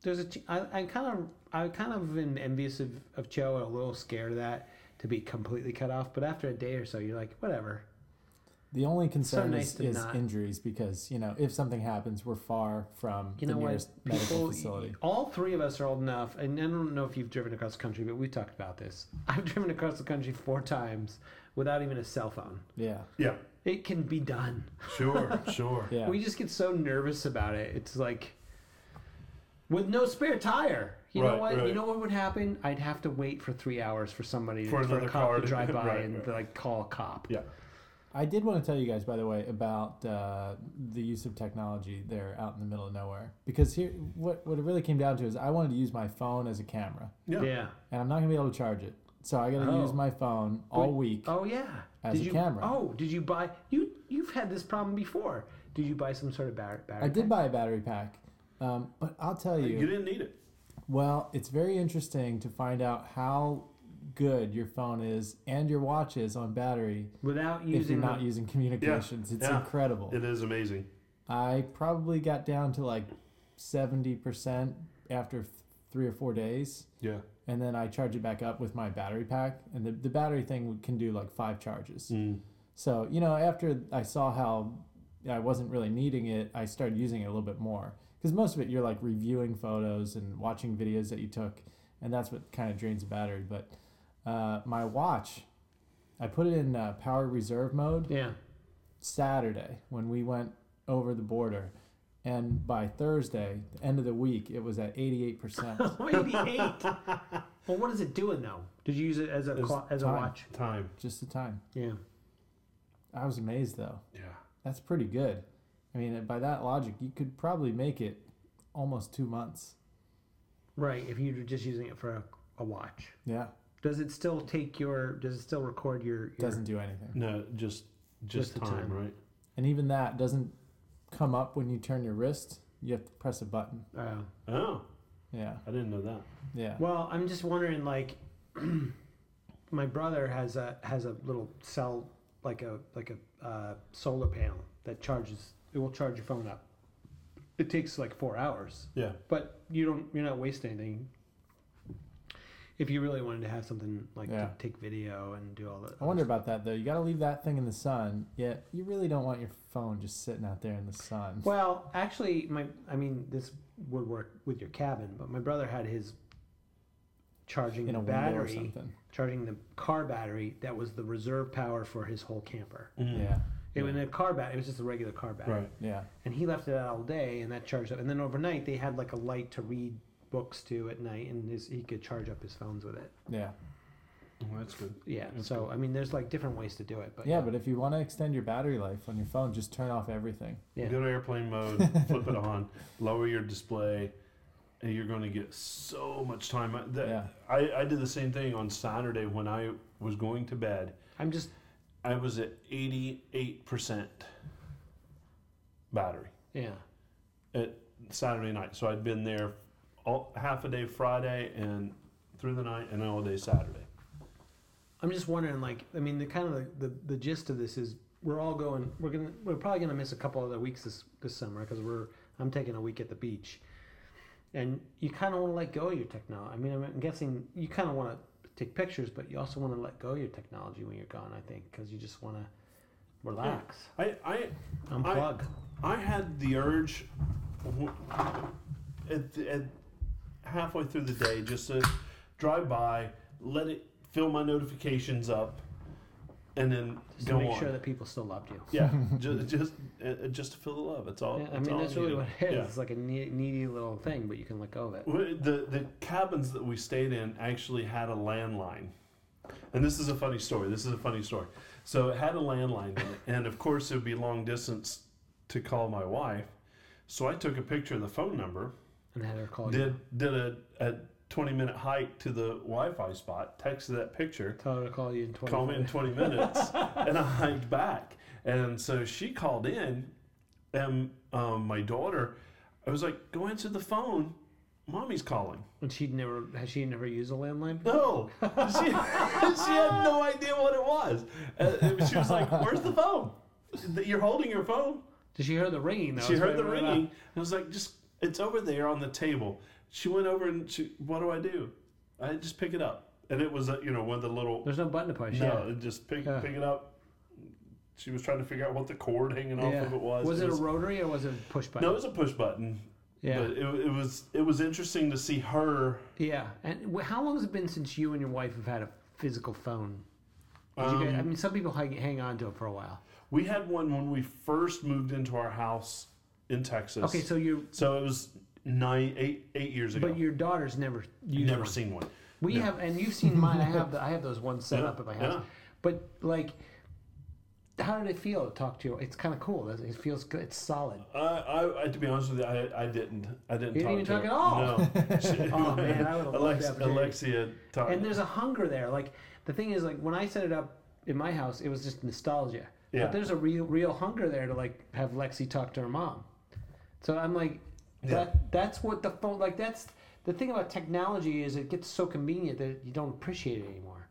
Speaker 1: there's a. ch- I, I kind of, I kind of am envious of, of Cho and a little scared of that to be completely cut off. But after a day or so, you're like, whatever.
Speaker 3: The only concern
Speaker 1: nice
Speaker 3: is,
Speaker 1: to
Speaker 3: is
Speaker 1: not-
Speaker 3: injuries because you know if something happens, we're far from
Speaker 1: You
Speaker 3: the
Speaker 1: know what?
Speaker 3: nearest medical
Speaker 1: People,
Speaker 3: facility.
Speaker 1: all three of us are old enough, and I don't know if you've driven across the country, but we talked about this. I've driven across the country four times without even a cell phone.
Speaker 3: Yeah,
Speaker 2: Yeah.
Speaker 1: It can be done.
Speaker 2: Sure. Sure.
Speaker 3: yeah.
Speaker 1: We just get so nervous about it. It's like with no spare tire. You know
Speaker 2: Right,
Speaker 1: what? You
Speaker 2: right.
Speaker 1: know what would happen? I'd have to wait for three hours for somebody
Speaker 2: For
Speaker 1: for, a
Speaker 2: another
Speaker 1: cop
Speaker 2: car
Speaker 1: to
Speaker 2: to-
Speaker 1: drive by
Speaker 2: right,
Speaker 1: and
Speaker 2: right.
Speaker 1: like call a cop.
Speaker 2: Yeah.
Speaker 3: I did want to tell you guys, by the way, about uh, the use of technology there out in the middle of nowhere. Because here, what, what it really came down to is I wanted to use my phone as a camera,
Speaker 2: Yeah.
Speaker 1: Yeah.
Speaker 3: and I'm not going to be able to charge it. So I got to
Speaker 1: Oh.
Speaker 3: use my phone all week.
Speaker 1: Oh yeah.
Speaker 3: As
Speaker 1: did
Speaker 3: a
Speaker 1: you,
Speaker 3: camera.
Speaker 1: Oh, did you buy you you've had this problem before. Did you buy some sort of battery? battery
Speaker 3: I did
Speaker 1: pack?
Speaker 3: buy a battery pack, um, but I'll tell
Speaker 2: You didn't need it.
Speaker 3: Well, it's very interesting to find out how good your phone is and your watch is on battery
Speaker 1: without
Speaker 3: if you're
Speaker 1: using
Speaker 3: not
Speaker 1: the-
Speaker 3: using communications. It's
Speaker 2: yeah.
Speaker 3: incredible.
Speaker 2: It is amazing.
Speaker 3: I probably got down to like 70% after th- three or four days.
Speaker 2: Yeah.
Speaker 3: And then I charge it back up with my battery pack. And the, the battery thing can do like five charges. So, you know, after I saw how I wasn't really needing it, I started using it a little bit more. Because most of it, you're like reviewing photos and watching videos that you took, and that's what kind of drains the battery. But uh, my watch, I put it in uh, power reserve mode
Speaker 1: Yeah.
Speaker 3: Saturday when we went over the border. And by Thursday, the end of the week, it was at 88%.
Speaker 1: 88. well, what is it doing though? Did you use it as a clo- as a
Speaker 3: time.
Speaker 1: watch?
Speaker 2: Time.
Speaker 3: just the time.
Speaker 1: Yeah.
Speaker 3: I was amazed though.
Speaker 2: Yeah.
Speaker 3: That's pretty good. I mean, by that logic, you could probably make it almost two months.
Speaker 1: Right. If you're just using it for a, a watch,
Speaker 3: Yeah.
Speaker 1: does it still take your? Does it still record your? your
Speaker 3: doesn't do anything.
Speaker 2: No, just just,
Speaker 1: Just the
Speaker 2: time,
Speaker 1: time.
Speaker 2: right?
Speaker 3: And even that doesn't come up when you turn your wrist. You have to press a button.
Speaker 1: Oh.
Speaker 2: Oh,
Speaker 3: Yeah.
Speaker 2: I didn't know that.
Speaker 3: Yeah.
Speaker 1: Well, I'm just wondering, like, my brother has a has a little cell, like a like a uh, solar panel that charges. It will charge your phone up. It takes like four hours,
Speaker 2: Yeah.
Speaker 1: but you don't. You're not wasting anything. If you really wanted to have something like
Speaker 3: Yeah.
Speaker 1: to take video and do all that,
Speaker 3: I wonder about that though. You got to leave that thing in the sun. Yet you really don't want your phone just sitting out there in the sun.
Speaker 1: Well, actually, my I mean, this would work with your cabin, but my brother had his charging
Speaker 3: In a window or
Speaker 1: battery,
Speaker 3: something.
Speaker 1: charging the car battery that was the reserve power for his whole camper.
Speaker 3: Mm. Yeah.
Speaker 1: It was in a car battery. It was just a regular car battery,
Speaker 2: Right.
Speaker 3: Yeah.
Speaker 1: and he left it out all day, and that charged up. And then overnight, they had like a light to read books to at night, and his, he could charge up his phones with it.
Speaker 3: Yeah.
Speaker 2: Well, that's good.
Speaker 1: Yeah. So I mean, there's like different ways to do it, but
Speaker 3: Yeah. But if you want to extend your battery life on your phone, just turn off everything.
Speaker 1: Yeah.
Speaker 2: Go to airplane mode, flip it on, lower your display, and you're going to get so much time. I- That,
Speaker 3: Yeah.
Speaker 2: I, I did the same thing on Saturday when I was going to bed.
Speaker 1: I'm just
Speaker 2: I was at 88% battery
Speaker 1: yeah.
Speaker 2: at Saturday night. So I'd been there all, half a day Friday and through the night and all day Saturday.
Speaker 1: I'm just wondering, like, I mean, the kind of the, the, the gist of this is we're all going, we're gonna, we're probably gonna miss a couple other weeks this this summer because we're, I'm taking a week at the beach, and you kind of want to let go of your technology. I mean, I'm guessing you kind of want to take pictures, but you also want to let go of your technology when you're gone. I think because you just want to relax,
Speaker 2: I, I,
Speaker 1: unplug.
Speaker 2: I had the urge w- at, the, at halfway through the day just to drive by, let it fill my notifications up, and then
Speaker 1: just to
Speaker 2: go
Speaker 1: make
Speaker 2: on.
Speaker 1: sure that people still loved you.
Speaker 2: yeah, just just uh, just to feel the love. It's all.
Speaker 1: Yeah, I
Speaker 2: it's
Speaker 1: mean,
Speaker 2: all
Speaker 1: that's really
Speaker 2: needed.
Speaker 1: what it is.
Speaker 2: Yeah.
Speaker 1: It's like a ne- needy little thing, but you can let go of it.
Speaker 2: Well, The the cabins that we stayed in actually had a landline, and this is a funny story. This is a funny story. So it had a landline, in it, and of course it would be long distance to call my wife. So I took a picture of the phone number,
Speaker 1: And had her call you.
Speaker 2: did did a, a twenty minute hike to the Wi-Fi spot, texted that picture,
Speaker 1: Tell her to call you in 20
Speaker 2: call me in twenty minutes, and I hiked back. And so she called in, and um, my daughter, I was like, go answer the phone, mommy's calling.
Speaker 1: And she'd never, has she never used a landline?
Speaker 2: No, she, she had no idea what it was. Uh, she was like, "Where's the phone? That You're holding your phone."
Speaker 1: Did she hear the ringing? Though,
Speaker 2: She
Speaker 1: That's
Speaker 2: heard the
Speaker 1: what I
Speaker 2: ringing.
Speaker 1: wrote
Speaker 2: and I was like, "Just it's over there on the table." She went over and she, "What do I do? I just pick it up." And it was uh, you know one of the
Speaker 1: down.
Speaker 2: little
Speaker 1: There's no button to push.
Speaker 2: no,
Speaker 1: yeah.
Speaker 2: just pick
Speaker 1: Yeah.
Speaker 2: pick it up, She was trying to figure out what the cord hanging off
Speaker 1: yeah.
Speaker 2: of it was.
Speaker 1: it, a rotary or was it a push button?
Speaker 2: no, it was a push button.
Speaker 1: Yeah.
Speaker 2: But it, it was it was interesting to see her.
Speaker 1: Yeah. And wh- how long has it been since you and your wife have had a physical phone? Did you guys,
Speaker 2: Um,
Speaker 1: I mean, some people hang, hang on to it for a while.
Speaker 2: We had one when we first moved into our house in Texas.
Speaker 1: Okay, so you,
Speaker 2: So it was nine, eight, eight years ago.
Speaker 1: but your daughter's never used
Speaker 2: never
Speaker 1: one.
Speaker 2: seen one.
Speaker 1: We have, and you've seen mine. I have, the, I have those ones set
Speaker 2: Yeah,
Speaker 1: up at my house.
Speaker 2: yeah.
Speaker 1: But like, how did it feel to talk to you? It's kind of cool. doesn't It It feels good. It's solid.
Speaker 2: I, I, I, to be honest with you, I, I didn't. I didn't
Speaker 1: You
Speaker 2: talk
Speaker 1: didn't
Speaker 2: to
Speaker 1: even
Speaker 2: her.
Speaker 1: talk
Speaker 2: No. She-
Speaker 1: Oh, man, I would've loved the
Speaker 2: Alex-
Speaker 1: opportunity.
Speaker 2: Alexia talked.
Speaker 1: And there's a hunger there. Like the thing is, like when I set it up in my house, it was just nostalgia.
Speaker 2: Yeah.
Speaker 1: But there's a real, real hunger there to like have Lexi talk to her mom. So I'm like, that that's what the phone. Like that's the thing about technology is it gets so convenient that you don't appreciate it anymore.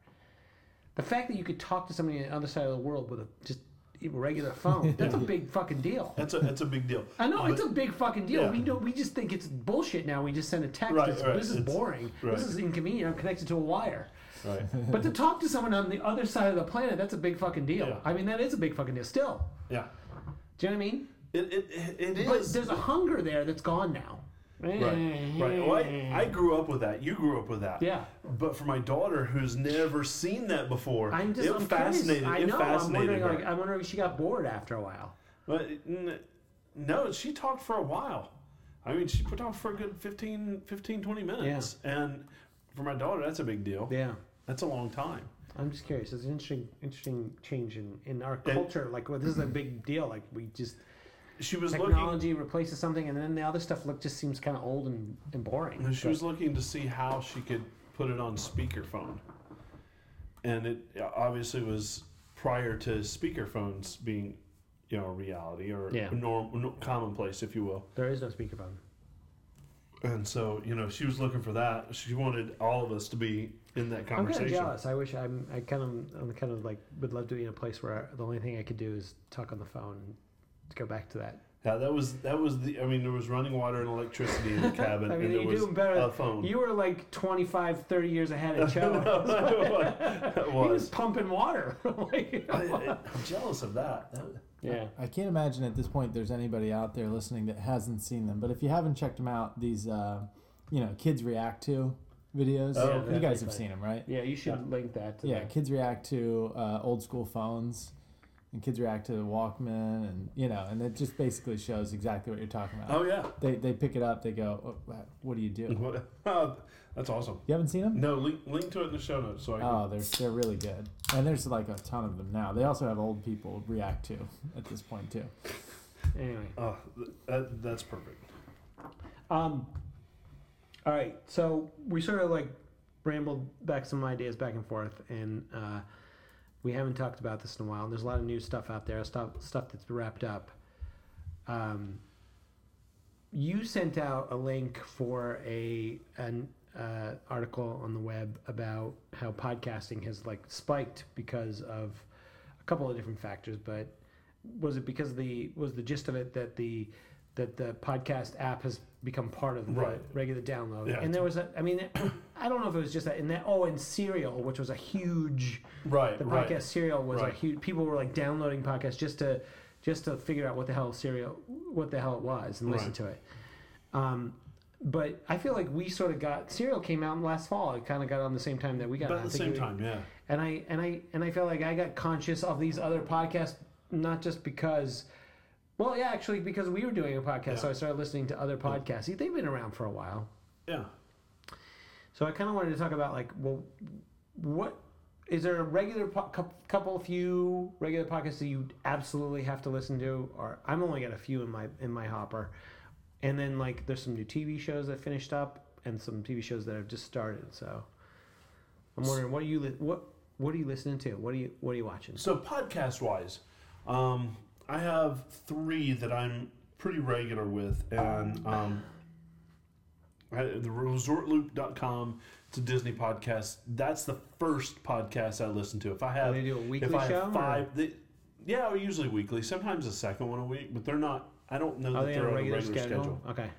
Speaker 1: The fact that you could talk to somebody on the other side of the world with a just a regular phone, that's a big fucking deal.
Speaker 2: That's a that's a big deal.
Speaker 1: I know it's a big fucking deal.
Speaker 2: Yeah.
Speaker 1: We don't. We just think it's bullshit now. We just send a text.
Speaker 2: Right,
Speaker 1: It's-
Speaker 2: right,
Speaker 1: This is
Speaker 2: it's-
Speaker 1: boring.
Speaker 2: right.
Speaker 1: This is inconvenient. I'm connected to a wire.
Speaker 2: Right.
Speaker 1: But to talk to someone on the other side of the planet, that's a big fucking deal.
Speaker 2: Yeah.
Speaker 1: I mean, that is a big fucking deal. Still,
Speaker 2: Yeah.
Speaker 1: do you know what I mean?
Speaker 2: It it, it
Speaker 1: But
Speaker 2: is.
Speaker 1: there's a hunger there that's gone now.
Speaker 2: Right, right. Well, I, I grew up with that. You grew up with that.
Speaker 1: Yeah.
Speaker 2: But for my daughter, who's never seen that before,
Speaker 1: I'm just
Speaker 2: it
Speaker 1: I'm
Speaker 2: fascinated.
Speaker 1: Curious. I
Speaker 2: it
Speaker 1: know. I'm
Speaker 2: fascinated
Speaker 1: wondering.
Speaker 2: her.
Speaker 1: Like, I'm wondering if she got bored after a while.
Speaker 2: But n- no, she talked for a while. I mean, she put on for a good 15, 15 20 minutes. And for my daughter, that's a big deal.
Speaker 1: Yeah.
Speaker 2: That's a long time.
Speaker 1: I'm just curious. It's an interesting, interesting change in, in our culture. Like, well, this is a big deal. Like, we just
Speaker 2: She was looking.
Speaker 1: technology replaces something, and then the other stuff look just seems kind of old and, and boring.
Speaker 2: She was looking to see how she could put it on speakerphone, and it obviously was prior to speakerphones being, you know, a reality or
Speaker 1: Yeah.
Speaker 2: norm, no, commonplace, if you will.
Speaker 1: There is no speakerphone.
Speaker 2: And so, you know, she was looking for that. She wanted all of us to be in that
Speaker 1: I'm kind of
Speaker 2: conversation.
Speaker 1: jealous. I wish I'm. I kind of. I'm kind of like would love to be in a place where the only thing I could do is talk on the phone and go back to that.
Speaker 2: Yeah, that was that was the. I mean, there was running water and electricity in the cabin,
Speaker 1: I mean,
Speaker 2: and there
Speaker 1: you
Speaker 2: was
Speaker 1: do better.
Speaker 2: a phone.
Speaker 1: You were like 25, 30 years ahead of Joe.
Speaker 2: That
Speaker 1: he was
Speaker 2: was.
Speaker 1: pumping water.
Speaker 2: I, am jealous of that. That-
Speaker 1: yeah.
Speaker 3: I can't imagine at this point there's anybody out there listening that hasn't seen them. But if you haven't checked them out, these uh, you know kids react to videos.
Speaker 2: Oh,
Speaker 1: okay.
Speaker 3: You guys have seen them, right?
Speaker 1: Yeah. You should link that. To
Speaker 3: Yeah, kids react to uh, old school phones, and kids react to the Walkman, and you know, and it just basically shows exactly what you're talking about.
Speaker 2: oh yeah.
Speaker 3: They, they pick it up, they go, "Oh, wha- what do you do? You
Speaker 2: What- oh, that's awesome.
Speaker 3: haven't seen them?
Speaker 2: No, link, link to it in the show notes so I can.
Speaker 3: Oh, they're they're really good, and there's like a ton of them now. They also have old people react to at this point too.
Speaker 1: that. Anyway.
Speaker 2: oh, th- that, that's perfect.
Speaker 1: Um. All right. So we sort of like rambled back some ideas back and forth, and uh, we haven't talked about this in a while. And there's a lot of new stuff out there, stuff stuff that's wrapped up. Um. You sent out a link for a an uh, article on the web about how podcasting has like spiked because of a couple of different factors, but was it because the was the gist of it that the that the podcast app has become part of the
Speaker 2: Right.
Speaker 1: regular download
Speaker 2: Yeah.
Speaker 1: and there was a i mean i don't know if it was just that and that oh and serial which was a huge
Speaker 2: Right,
Speaker 1: the
Speaker 2: right.
Speaker 1: podcast serial was
Speaker 2: Right.
Speaker 1: a huge people were like downloading podcasts just to just to figure out what the hell serial what the hell it was and listen
Speaker 2: Right.
Speaker 1: to it um but I feel like we sort of got Serial came out last fall. It kind of got on the same time that we got.
Speaker 2: But
Speaker 1: on. I
Speaker 2: at the
Speaker 1: think
Speaker 2: same
Speaker 1: we-
Speaker 2: time, yeah.
Speaker 1: and I and I and I felt like I got conscious of these other podcasts not just because well yeah actually because we were doing a podcast so I started listening to other podcasts. See, They've been around for a while.
Speaker 2: Yeah.
Speaker 1: So I kind of wanted to talk about like well what is there a regular po- cou- couple few regular podcasts that you absolutely have to listen to or I'm only got a few in my in my hopper. And then like there's some new TV shows that finished up and some TV shows that have just started. So I'm wondering what are you li- what what are you listening to? What are you what are you watching?
Speaker 2: So podcast wise, um, I have three that I'm pretty regular with, and um, I, the ResortLoop.com. It's a Disney podcast. That's the first podcast I listen to. If I have,
Speaker 1: they do a weekly
Speaker 2: Uh, if I
Speaker 1: show, or-
Speaker 2: have five, they, yeah, usually weekly. Sometimes a second one a week, but they're not. I don't know
Speaker 1: Are they
Speaker 2: that they're
Speaker 1: on a
Speaker 2: on
Speaker 1: regular, schedule?
Speaker 2: schedule
Speaker 1: Okay.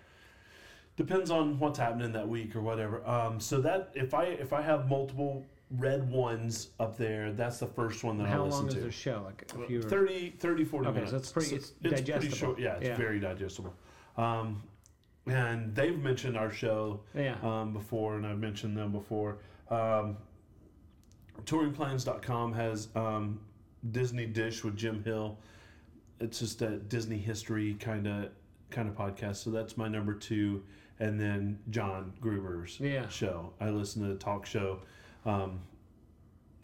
Speaker 2: depends on what's happening that week or whatever. Um, so that if I if I have multiple red ones up there. That's the first one that I
Speaker 1: How
Speaker 2: listen
Speaker 1: long is
Speaker 2: to.
Speaker 1: the show? Like a few.
Speaker 2: 30, 30 40
Speaker 1: Okay, so
Speaker 2: minutes.
Speaker 1: it's pretty- it's digestible.
Speaker 2: short. Yeah, it's
Speaker 1: Yeah.
Speaker 2: very digestible. Um, and they've mentioned our show
Speaker 1: Yeah.
Speaker 2: um, before, and I've mentioned them before. Um, touringplans.com has um, Disney Dish with Jim Hill. It's just a Disney history kind of kind of podcast. So that's my number two, and then John Gruber's
Speaker 1: Yeah.
Speaker 2: show. I listen to the talk show, um,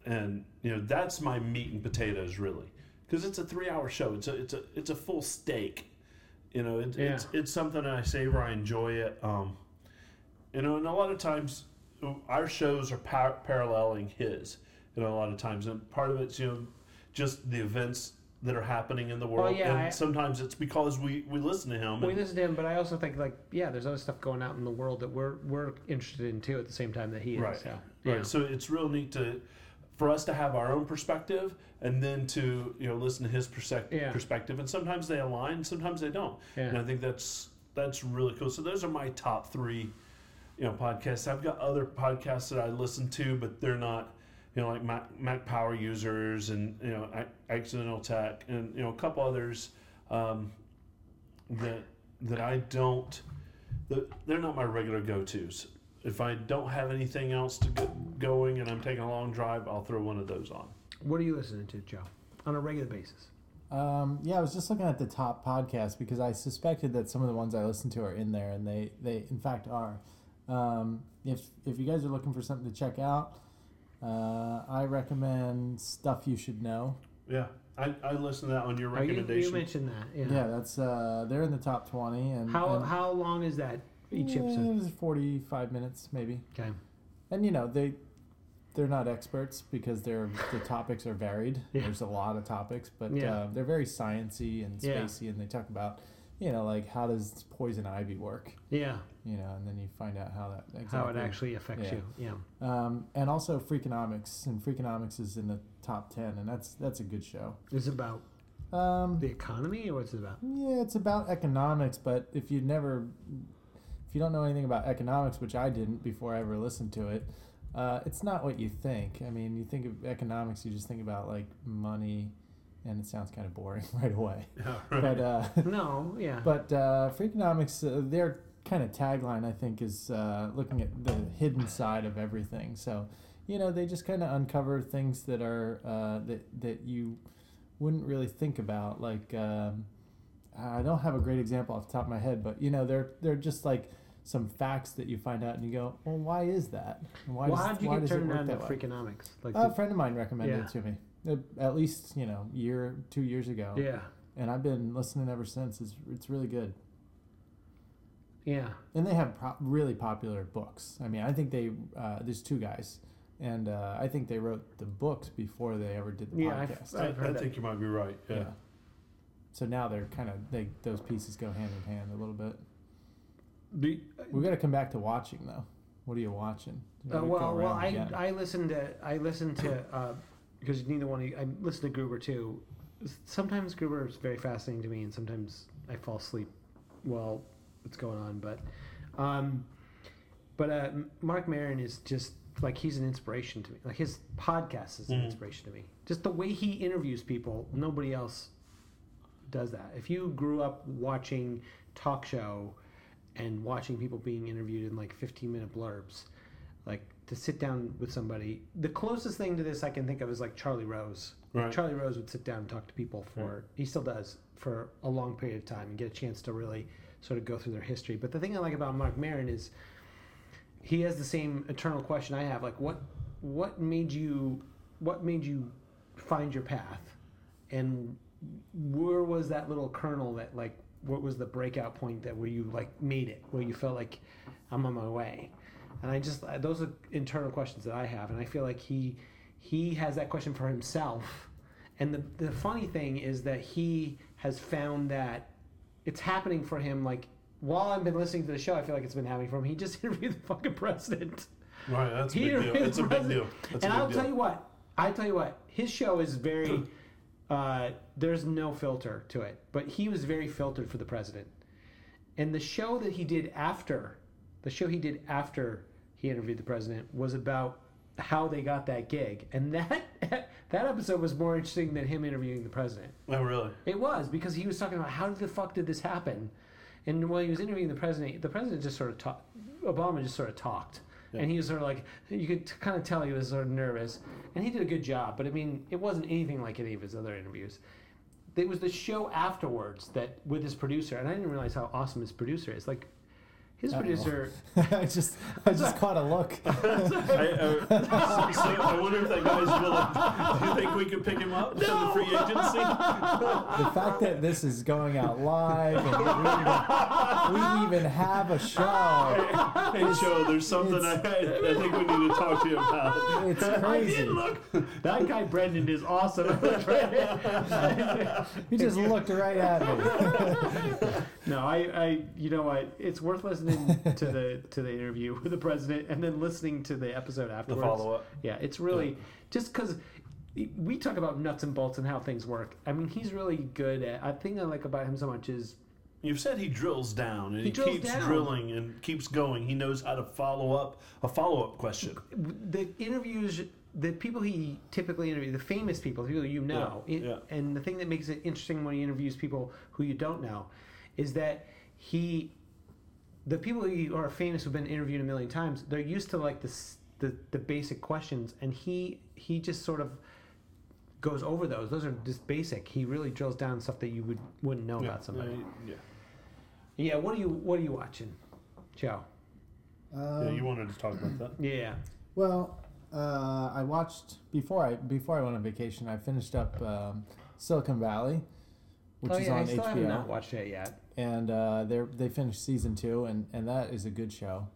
Speaker 2: and you know that's my meat and potatoes really, because it's a three-hour show. It's a it's a it's a full steak. You know, it, it's it's something I savor. I enjoy it. Um, you know, and a lot of times our shows are par- paralleling his. You know, a lot of times, and part of it's you know just the events that are happening in the world,
Speaker 1: yeah,
Speaker 2: and
Speaker 1: I-
Speaker 2: sometimes it's because we we listen to him.
Speaker 1: we
Speaker 2: And,
Speaker 1: listen to him, but I also think like yeah, there's other stuff going out in the world that we're we're interested in too at the same time that he is.
Speaker 2: right,
Speaker 1: So,
Speaker 2: right.
Speaker 1: yeah.
Speaker 2: So it's real neat to for us to have our own perspective, and then to you know listen to his perspec-
Speaker 1: Yeah.
Speaker 2: perspective, and sometimes they align, sometimes they don't.
Speaker 1: Yeah.
Speaker 2: And I think that's that's really cool. So those are my top three, you know, podcasts. I've got other podcasts that I listen to, but they're not, you know, like Mac, Mac Power Users and you know Ac- Accidental Tech and you know a couple others um, that that I don't. that- They're not my regular go tos. If I don't have anything else to go, going and I'm taking a long drive, I'll throw one of those on.
Speaker 1: What are you listening to, Joe, on a regular basis?
Speaker 3: Um, yeah, I was just looking at the top podcasts because I suspected that some of the ones I listen to are in there, and they, they in fact are. Um, if if you guys are looking for something to check out, uh, I recommend stuff you should know.
Speaker 2: Yeah, I, I listen to that on your
Speaker 1: Oh, you, you
Speaker 2: recommendation.
Speaker 1: mentioned that. Yeah.
Speaker 3: Yeah, that's uh, they're in the top twenty, and
Speaker 1: How
Speaker 3: and,
Speaker 1: how long is that each
Speaker 3: Yeah,
Speaker 1: episode?
Speaker 3: it was forty five minutes maybe,
Speaker 1: Okay.
Speaker 3: and you know they they're not experts because they're the topics are varied.
Speaker 1: Yeah.
Speaker 3: There's a lot of topics, but
Speaker 1: Yeah.
Speaker 3: uh, they're very sciency and
Speaker 1: Yeah.
Speaker 3: spacey, and they talk about you know like how does poison ivy work.
Speaker 1: Yeah.
Speaker 3: you know, and then you find out how that exactly.
Speaker 1: How it actually affects
Speaker 3: Yeah.
Speaker 1: you. Yeah.
Speaker 3: Um, and also Freakonomics, and Freakonomics is in the top ten, and that's that's a good show.
Speaker 1: It's about
Speaker 3: Um,
Speaker 1: the economy, or what's it about?
Speaker 3: yeah, it's about economics, but if you never, if you don't know anything about economics, which I didn't before I ever listened to it, uh, it's not what you think. I mean, you think of economics, you just think about like money, and it sounds kind of boring right away.
Speaker 2: Yeah,
Speaker 3: But uh,
Speaker 1: No. Yeah.
Speaker 3: But uh, Freakonomics, uh, their kind of tagline, I think, is uh, looking at the hidden side of everything. So, you know, they just kind of uncover things that are uh, that that you wouldn't really think about. Like, um, I don't have a great example off the top of my head, but you know, they're they're just like some facts that you find out, and you go, "Well, why is that? And Why
Speaker 1: well, how
Speaker 3: does-
Speaker 1: did you
Speaker 3: why
Speaker 1: get
Speaker 3: does it
Speaker 1: turned
Speaker 3: work
Speaker 1: on to
Speaker 3: that way?" Oh,
Speaker 1: Freakonomics? Like.
Speaker 3: A
Speaker 1: did-
Speaker 3: friend of mine recommended
Speaker 1: Yeah.
Speaker 3: it to me, uh, at least you know, year two years ago,
Speaker 1: yeah.
Speaker 3: and I've been listening ever since. It's it's really good.
Speaker 1: Yeah.
Speaker 3: And they have pro- really popular books. I mean, I think they uh, there's two guys, and uh, I think they wrote the books before they ever did the
Speaker 1: Yeah, I've-
Speaker 3: podcast.
Speaker 2: I,
Speaker 1: I've heard
Speaker 2: I
Speaker 1: that.
Speaker 2: think you might be right. Yeah.
Speaker 3: So now they're kind of they those pieces go hand in hand a little bit.
Speaker 1: Do,
Speaker 3: We got to come back to watching though. What are you watching?
Speaker 1: Uh,
Speaker 3: We go
Speaker 1: well, well,
Speaker 3: around
Speaker 1: I,
Speaker 3: again.
Speaker 1: I listened to I listened to uh, because neither one of you I listened to Gruber too. S- Sometimes Gruber is very fascinating to me, and sometimes I fall asleep while it's going on. But, um, but uh, M- Mark Maron is just like he's an inspiration to me. Like his podcast is an
Speaker 2: Mhm.
Speaker 3: Mm-hmm.
Speaker 1: inspiration to me. Just the way he interviews people, nobody else does that. If you grew up watching talk show and watching people being interviewed in like 15 minute blurbs, like to sit down with somebody, the closest thing to this I can think of is like Charlie Rose.
Speaker 2: Right.
Speaker 1: Charlie Rose would sit down and talk to people for, he still does, for a long period of time and get a chance to really sort of go through their history. But the thing I like about Mark Marin is he has the same eternal question I have. Like, what what made you what made you find your path, and where was that little kernel that like what was the breakout point that where you like made it where you felt like I'm on my way, and I just I- those are internal questions that I have, and I feel like he he has that question for himself, and the the funny thing is that he has found that it's happening for him like while I've been listening to the show, I feel like it's been happening for him. He just interviewed the fucking president.
Speaker 2: Right, that's a
Speaker 1: He
Speaker 2: big deal.
Speaker 1: interviewed
Speaker 2: It's
Speaker 1: the
Speaker 2: a big
Speaker 1: president.
Speaker 2: deal. That's
Speaker 1: and
Speaker 2: a big
Speaker 1: I'll
Speaker 2: deal.
Speaker 1: tell you what, I tell you what, his show is very uh, there's no filter to it. But he was very filtered for the president. And the show that he did after the show he did after he interviewed the president was about how they got that gig, and that that episode was more interesting than him interviewing the president.
Speaker 2: Oh, really?
Speaker 1: It was because he was talking about how the fuck did this happen, and when he was interviewing the president, the president just sort of talked. Obama just sort of talked, and he was sort of like you could t- kind of tell he was sort of nervous, and he did a good job. But I mean, it wasn't anything like any of his other interviews. It was the show afterwards that with his producer, and I didn't realize how awesome his producer is. Like his producer,
Speaker 3: I just I just caught a look.
Speaker 2: I, uh, so I wonder if that guy's willing. Do you think we could pick him up from the free agency?
Speaker 3: The fact that this is going out live and we even, we even have a show.
Speaker 2: Hey, Joe, there's something I, I think we need to talk to you about.
Speaker 3: It's
Speaker 1: I did
Speaker 3: crazy.
Speaker 1: look. That guy Brendan is awesome.
Speaker 3: He just looked right at me.
Speaker 1: no, I, I, you know what? It's worth listening to the to the interview with the president and then listening to the episode afterwards.
Speaker 2: follow-up.
Speaker 1: Yeah, it's really just 'cause just because we talk about nuts and bolts and how things work. I mean, he's really good at. I think I like about him so much is
Speaker 2: You've said he drills down and he,
Speaker 1: drills
Speaker 2: keeps
Speaker 1: down.
Speaker 2: drilling and keeps going. He knows how to follow up a follow up question.
Speaker 1: the interviews the people he typically interviews the famous people the people you know
Speaker 2: Yeah,
Speaker 1: it-
Speaker 2: yeah.
Speaker 1: and the thing that makes it interesting when he interviews people who you don't know is that he the people who are famous who've been interviewed a million times they're used to like the s- the, the basic questions and he he just sort of goes over those those are just basic he really drills down stuff that you would wouldn't know about somebody
Speaker 2: Uh, yeah.
Speaker 1: yeah what are you what are you watching joe
Speaker 2: yeah,
Speaker 3: Um,
Speaker 2: you wanted to talk about that.
Speaker 1: yeah
Speaker 3: Well, uh, I watched before I before I went on vacation. I finished up um, Silicon Valley, which
Speaker 1: oh
Speaker 3: is
Speaker 1: yeah i
Speaker 3: on
Speaker 1: still have not
Speaker 3: HBO,
Speaker 1: watched it yet
Speaker 3: and uh, they they finished season two, and and that is a good show.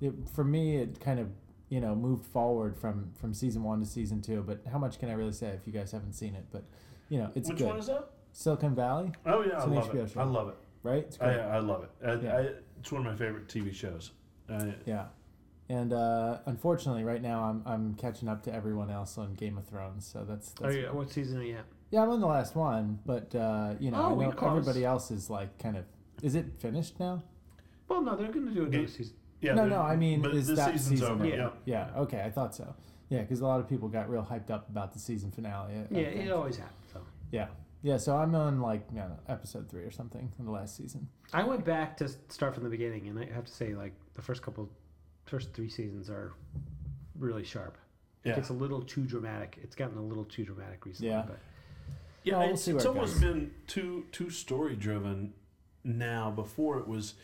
Speaker 3: It, for me, it kind of you know moved forward from from season one to season two. But how much can I really say if you guys haven't seen it? But you know, it's
Speaker 2: Which
Speaker 3: good.
Speaker 2: one is that?
Speaker 3: Silicon Valley,
Speaker 2: Oh, yeah, I
Speaker 3: It's an
Speaker 2: love
Speaker 3: HBO
Speaker 2: it.
Speaker 3: show.
Speaker 2: I love it.
Speaker 3: right? It's
Speaker 1: Oh,
Speaker 2: I, I love it. I,
Speaker 3: Yeah.
Speaker 2: I, it's one of my favorite TV shows. Uh, I,
Speaker 3: Yeah. And uh, unfortunately, right now I'm I'm catching up to everyone else on Game of Thrones, so that's
Speaker 1: oh,
Speaker 3: that's
Speaker 1: yeah. what season are you at
Speaker 3: Yeah, I'm on the last one, but uh, you
Speaker 1: Oh,
Speaker 3: know,
Speaker 1: we
Speaker 3: I know
Speaker 1: close.
Speaker 3: everybody else is like kind of. Is it finished now?
Speaker 1: Well, no, they're going to do another
Speaker 2: Yeah.
Speaker 1: season.
Speaker 2: yeah,
Speaker 3: no,
Speaker 2: there-
Speaker 3: no. I mean,
Speaker 2: but
Speaker 3: is
Speaker 2: this
Speaker 3: that
Speaker 2: season's
Speaker 3: season?
Speaker 2: over.
Speaker 3: over?
Speaker 2: Yeah.
Speaker 3: Yeah. Okay, I thought so. Yeah, because a lot of people got real hyped up about the season finale. I- I
Speaker 1: Yeah,
Speaker 3: think.
Speaker 1: it always happens. So.
Speaker 3: yeah. Yeah. So I'm on like you know, episode three or something in the last season.
Speaker 1: I went back to start from the beginning, and I have to say, like the first couple, first three seasons are really sharp.
Speaker 2: Yeah.
Speaker 1: It gets a little too dramatic. It's gotten a little too dramatic recently.
Speaker 3: Yeah.
Speaker 1: But
Speaker 2: Yeah,
Speaker 3: No, we'll
Speaker 2: it's,
Speaker 3: see where
Speaker 2: it's
Speaker 3: it
Speaker 2: almost
Speaker 3: goes.
Speaker 2: been too too story driven now. Before it was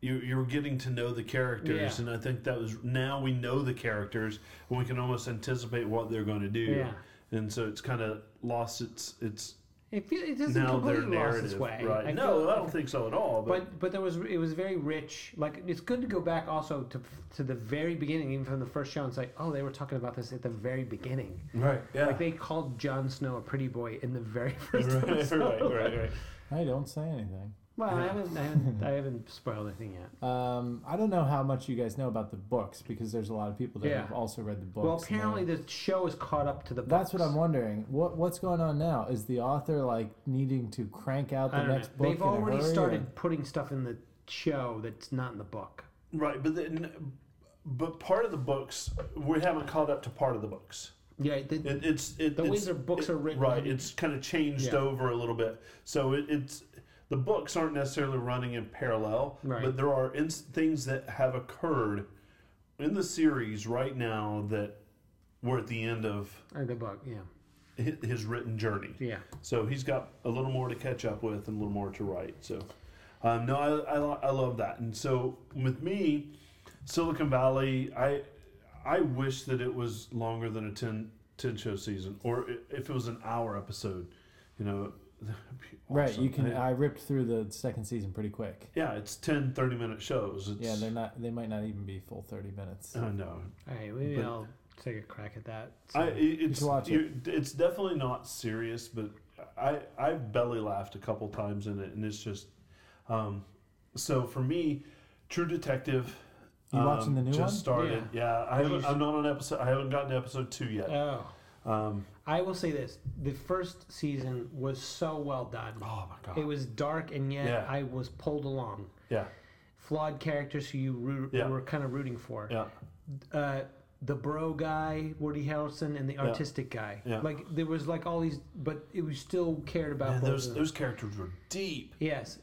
Speaker 2: you you were getting to know the characters,
Speaker 1: Yeah.
Speaker 2: and I think that was now we know the characters and we can almost anticipate what they're going to do.
Speaker 1: Yeah.
Speaker 2: And so it's kind of lost its its
Speaker 1: it, feel, it doesn't
Speaker 2: now their
Speaker 1: completely lost its
Speaker 2: narrative,
Speaker 1: way.
Speaker 2: right?
Speaker 1: I
Speaker 2: no,
Speaker 1: feel-
Speaker 2: I don't think so at all. But,
Speaker 1: But but there was it was very rich. Like it's good to go back also to to the very beginning, even from the first show, and say, oh, they were talking about this at the very beginning.
Speaker 2: right, yeah,
Speaker 1: Like they called Jon Snow a pretty boy in the very first
Speaker 2: right,
Speaker 1: episode.
Speaker 2: right, right, right.
Speaker 3: Hey, don't say anything.
Speaker 1: Well, I haven't, I haven't, I haven't spoiled anything yet.
Speaker 3: Um, I don't know how much you guys know about the books because there's a lot of people that
Speaker 1: Yeah.
Speaker 3: have also read the books.
Speaker 1: Well,
Speaker 3: and they-
Speaker 1: apparently the show is caught up to the.
Speaker 3: That's what
Speaker 1: books.
Speaker 3: I'm wondering. What what's going on now? Is the author like needing to crank out
Speaker 1: I
Speaker 3: the
Speaker 1: don't know.
Speaker 3: next book?
Speaker 1: They've
Speaker 3: in a
Speaker 1: already
Speaker 3: hurry, or-
Speaker 1: started putting stuff in the show that's not in the book.
Speaker 2: Right, but then, but part of the books we haven't caught up to part of the books.
Speaker 1: Yeah, the,
Speaker 2: It, it's it,
Speaker 1: The way
Speaker 2: it's-
Speaker 1: their books
Speaker 2: it-
Speaker 1: are written.
Speaker 2: Right, it's kind of changed
Speaker 1: Yeah.
Speaker 2: over a little bit. So it, it's the books aren't necessarily running in parallel,
Speaker 1: Right.
Speaker 2: but there are ins- things that have occurred in the series right now that we're at the end of
Speaker 1: uh, the book. Yeah,
Speaker 2: hi- his written journey.
Speaker 1: yeah.
Speaker 2: So he's got a little more to catch up with and a little more to write. So, um, no, I, I, lo- I love that. And so with me, Silicon Valley, I I wish that it was longer than a 10, 10 show season, or i- if it was an hour episode, you know. that would be
Speaker 3: Right,
Speaker 2: awesome.
Speaker 3: you can.
Speaker 2: Yeah.
Speaker 3: I ripped through the second season pretty quick.
Speaker 2: yeah, it's 10, 30 minute shows. It's,
Speaker 3: Yeah, they're not. They might not even be full thirty minutes.
Speaker 1: Uh,
Speaker 2: I know.
Speaker 1: All right, maybe
Speaker 2: But-
Speaker 1: I'll take a crack at that.
Speaker 2: I,
Speaker 1: So-
Speaker 2: it- it's
Speaker 3: should watch it.
Speaker 2: you- it's definitely not serious, but I I belly laughed a couple times in it, and it's just um, so for me, True Detective.
Speaker 3: You
Speaker 2: um,
Speaker 3: watching the new
Speaker 2: just
Speaker 3: one?
Speaker 2: started. Yeah, I
Speaker 1: You
Speaker 2: haven't,
Speaker 1: should-
Speaker 2: I'm not on episode. I haven't gotten to episode two yet.
Speaker 1: oh,
Speaker 2: Um,
Speaker 1: I will say this: the first season was so well done.
Speaker 2: oh my god.
Speaker 1: It was dark, and yet
Speaker 2: Yeah.
Speaker 1: I was pulled along.
Speaker 2: yeah,
Speaker 1: Flawed characters who you roo-
Speaker 2: Yeah.
Speaker 1: were kind of rooting for.
Speaker 2: yeah,
Speaker 1: Uh, the bro guy, Woody Harrelson, and the artistic guy.
Speaker 2: Yeah.
Speaker 1: Like there was like all these, but it was still cared about.
Speaker 2: And
Speaker 1: both
Speaker 2: those
Speaker 1: of them.
Speaker 2: those characters were deep.
Speaker 1: Yes,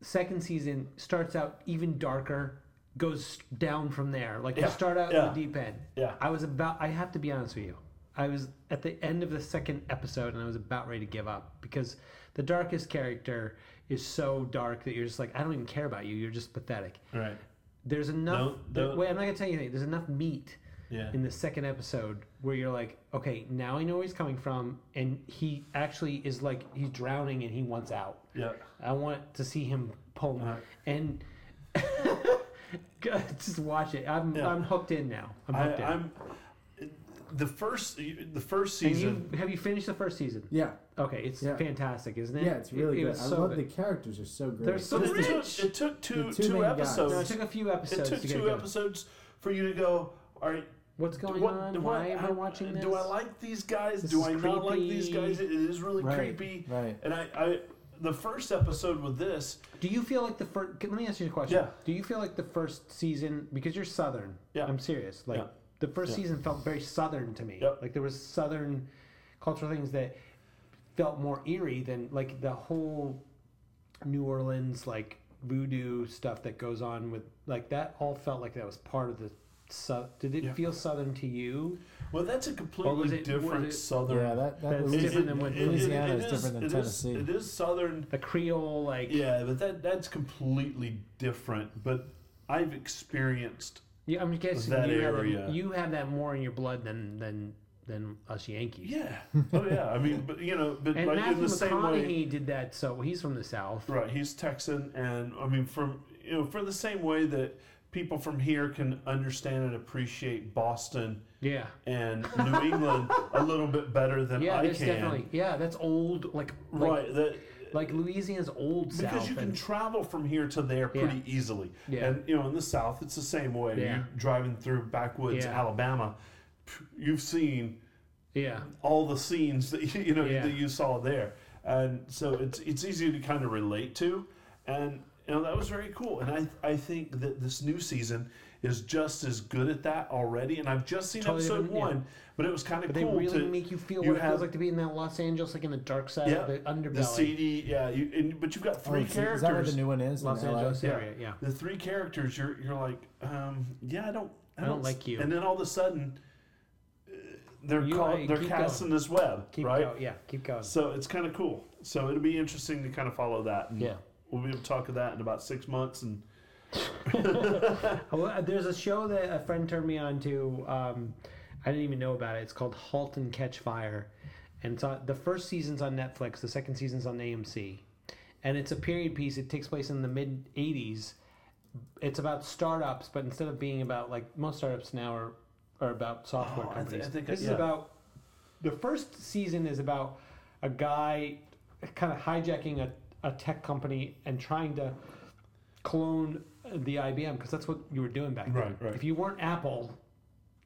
Speaker 1: second season starts out even darker, goes down from there. Like
Speaker 2: Yeah,
Speaker 1: you start out
Speaker 2: yeah.
Speaker 1: in the deep end.
Speaker 2: Yeah.
Speaker 1: I was about. I have to be honest with you. I was at the end of the second episode, and I was about ready to give up because the darkest character is so dark that you're just like, I don't even care about you. You're just pathetic.
Speaker 2: Right.
Speaker 1: There's enough.
Speaker 2: Don't- don't-
Speaker 1: Wait, I'm not gonna tell you anything. There's enough meat
Speaker 2: Yeah.
Speaker 1: in the second episode where you're like, okay, now I know where he's coming from, and he actually is like he's drowning and he wants out.
Speaker 2: Yeah.
Speaker 1: I want to see him pull me,
Speaker 2: Right.
Speaker 1: and God, just watch it. I'm
Speaker 2: Yeah.
Speaker 1: I'm hooked in now. I'm
Speaker 2: I,
Speaker 1: hooked in.
Speaker 2: I'm the first the first
Speaker 1: And
Speaker 2: season.
Speaker 1: you, have you finished the first season?
Speaker 3: Yeah,
Speaker 1: Okay, it's
Speaker 3: Yeah.
Speaker 1: fantastic, isn't it?
Speaker 3: yeah, it's really
Speaker 1: it, it
Speaker 3: good.
Speaker 1: was
Speaker 3: I
Speaker 1: so
Speaker 3: love
Speaker 1: good.
Speaker 3: the characters are so great.
Speaker 1: They're so
Speaker 2: But it,
Speaker 1: rich.
Speaker 2: took, it took two
Speaker 3: The
Speaker 2: two,
Speaker 3: two main guys.
Speaker 1: No,
Speaker 2: episodes.
Speaker 1: it took a few
Speaker 2: it
Speaker 1: episodes
Speaker 2: took
Speaker 1: to get
Speaker 2: two
Speaker 1: it going.
Speaker 2: episodes for you to go. All right.
Speaker 1: What's going
Speaker 2: what-
Speaker 1: on?
Speaker 2: do
Speaker 1: Why
Speaker 2: I-
Speaker 1: am I watching this?
Speaker 2: Do I like these guys?
Speaker 1: This
Speaker 2: do
Speaker 1: is
Speaker 2: I not like these
Speaker 1: creepy.
Speaker 2: guys? It is really
Speaker 3: Right,
Speaker 2: creepy.
Speaker 3: right.
Speaker 2: And I, I, the first episode with this,
Speaker 1: Do you feel like the first? Let me ask you a question.
Speaker 2: Yeah.
Speaker 1: Do you feel like the first season because you're Southern?
Speaker 2: Yeah.
Speaker 1: I'm serious. Like
Speaker 2: Yeah.
Speaker 1: the first
Speaker 2: Yeah.
Speaker 1: season felt very Southern to me.
Speaker 2: Yep.
Speaker 1: Like there was Southern cultural things that felt more eerie than like the whole New Orleans like voodoo stuff that goes on with like that. All felt like that was part of the. Sou- Did it
Speaker 2: Yeah.
Speaker 1: feel Southern to you?
Speaker 2: well, that's a completely
Speaker 1: it-
Speaker 2: different
Speaker 1: was it-
Speaker 2: southern.
Speaker 3: yeah, that, that
Speaker 1: That's
Speaker 2: It-
Speaker 3: Louisiana,
Speaker 1: different than what-
Speaker 3: Louisiana is different than
Speaker 2: it
Speaker 3: Tennessee.
Speaker 2: it is southern.
Speaker 1: The Creole like
Speaker 2: Yeah, but that that's completely different. But I've experienced
Speaker 1: Yeah, I'm guessing
Speaker 2: That
Speaker 1: you, Have
Speaker 2: area.
Speaker 1: that, you have that more in your blood than than than us Yankees.
Speaker 2: Yeah. Oh yeah. I mean, but you know, but
Speaker 1: And
Speaker 2: like in
Speaker 1: Matthew
Speaker 2: the same way,
Speaker 1: McConaughey did that, so he's from the South.
Speaker 2: right? He's Texan, and I mean, from you know, for the same way that people from here can understand and appreciate Boston
Speaker 1: Yeah.
Speaker 2: and New England a little bit better than
Speaker 1: Yeah,
Speaker 2: I
Speaker 1: there's
Speaker 2: can.
Speaker 1: definitely. Yeah, that's old, like like,
Speaker 2: right. That,
Speaker 1: like Louisiana's old
Speaker 2: because
Speaker 1: South.
Speaker 2: you can
Speaker 1: and-
Speaker 2: travel from here to there pretty easily,
Speaker 1: Yeah.
Speaker 2: and you know, in the South, it's the same way.
Speaker 1: Yeah.
Speaker 2: You're driving through backwoods
Speaker 1: Yeah.
Speaker 2: Alabama, phew, you've seen
Speaker 1: yeah,
Speaker 2: all the scenes that you, you know
Speaker 1: Yeah.
Speaker 2: that you saw there, and so it's it's easy to kind of relate to, and you know that was very cool, and I I think that this new season is just as good at that already, and I've just seen
Speaker 1: Totally
Speaker 2: episode
Speaker 1: different, yeah.
Speaker 2: one, but it was kind of
Speaker 1: but they
Speaker 2: cool
Speaker 1: really
Speaker 2: to
Speaker 1: make you feel
Speaker 2: you
Speaker 1: what it
Speaker 2: have-
Speaker 1: feels like to be in that Los Angeles, like in the dark side of
Speaker 2: yeah
Speaker 1: the underbelly,
Speaker 2: the CD yeah you and, but you've got
Speaker 3: Oh,
Speaker 2: three
Speaker 3: is-
Speaker 2: characters
Speaker 3: Is that where the new one is? in
Speaker 1: Los
Speaker 3: LA?
Speaker 1: Angeles
Speaker 2: Yeah.
Speaker 1: area. Yeah,
Speaker 2: the three characters you're you're like um yeah I don't I
Speaker 1: don't
Speaker 2: s-
Speaker 1: like you.
Speaker 2: and then all of a sudden uh, they're
Speaker 1: You-
Speaker 2: caught-
Speaker 1: I-
Speaker 2: they're
Speaker 1: keep
Speaker 2: casting this web
Speaker 1: keep
Speaker 2: right
Speaker 1: going. Yeah, keep going.
Speaker 2: So it's kind of cool. So it'll be interesting to kind of follow that. And
Speaker 1: Yeah.
Speaker 2: We'll be able to talk of that in about six months. And
Speaker 1: Oh, well, There's a show that a friend turned me on to. Um, I didn't even know about it. It's called *Halt and Catch Fire*, and it's on, the first season's on Netflix. The second season's on AMC, and it's a period piece. It takes place in the mid '80s. It's about startups, but instead of being about like most startups now are are about software
Speaker 2: Oh, I thi-
Speaker 1: companies.
Speaker 2: I think I-
Speaker 1: this
Speaker 2: yeah.
Speaker 1: is about the first season is about a guy kind of hijacking a, a tech company and trying to clone the IBM because that's what you were doing back then.
Speaker 2: Right, right.
Speaker 1: If you weren't Apple